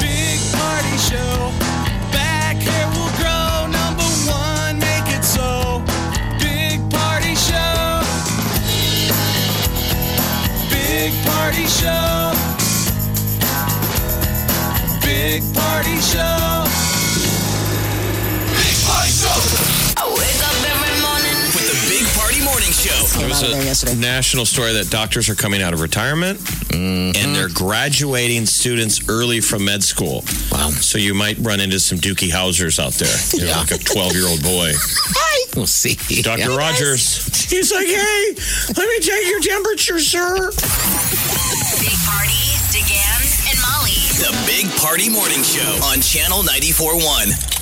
Big party show. Back hair will grow. Number one, make it so. Big party show. Big party show. Big party show. Big party show. I wake up every morning. With the Big Party Morning Show. There was a national story that doctors are coming out of retirement Mm-hmm. and they're graduating students early from med school. Wow. So you might run into some Dookie Housers out there. You know, Yeah. Like a 12 year old boy. We'll see. Dr. Rogers. He's like, hey, let me take your temperature, sir. Big Party, DeGan and Molly. The Big Party Morning Show on Channel 94.1.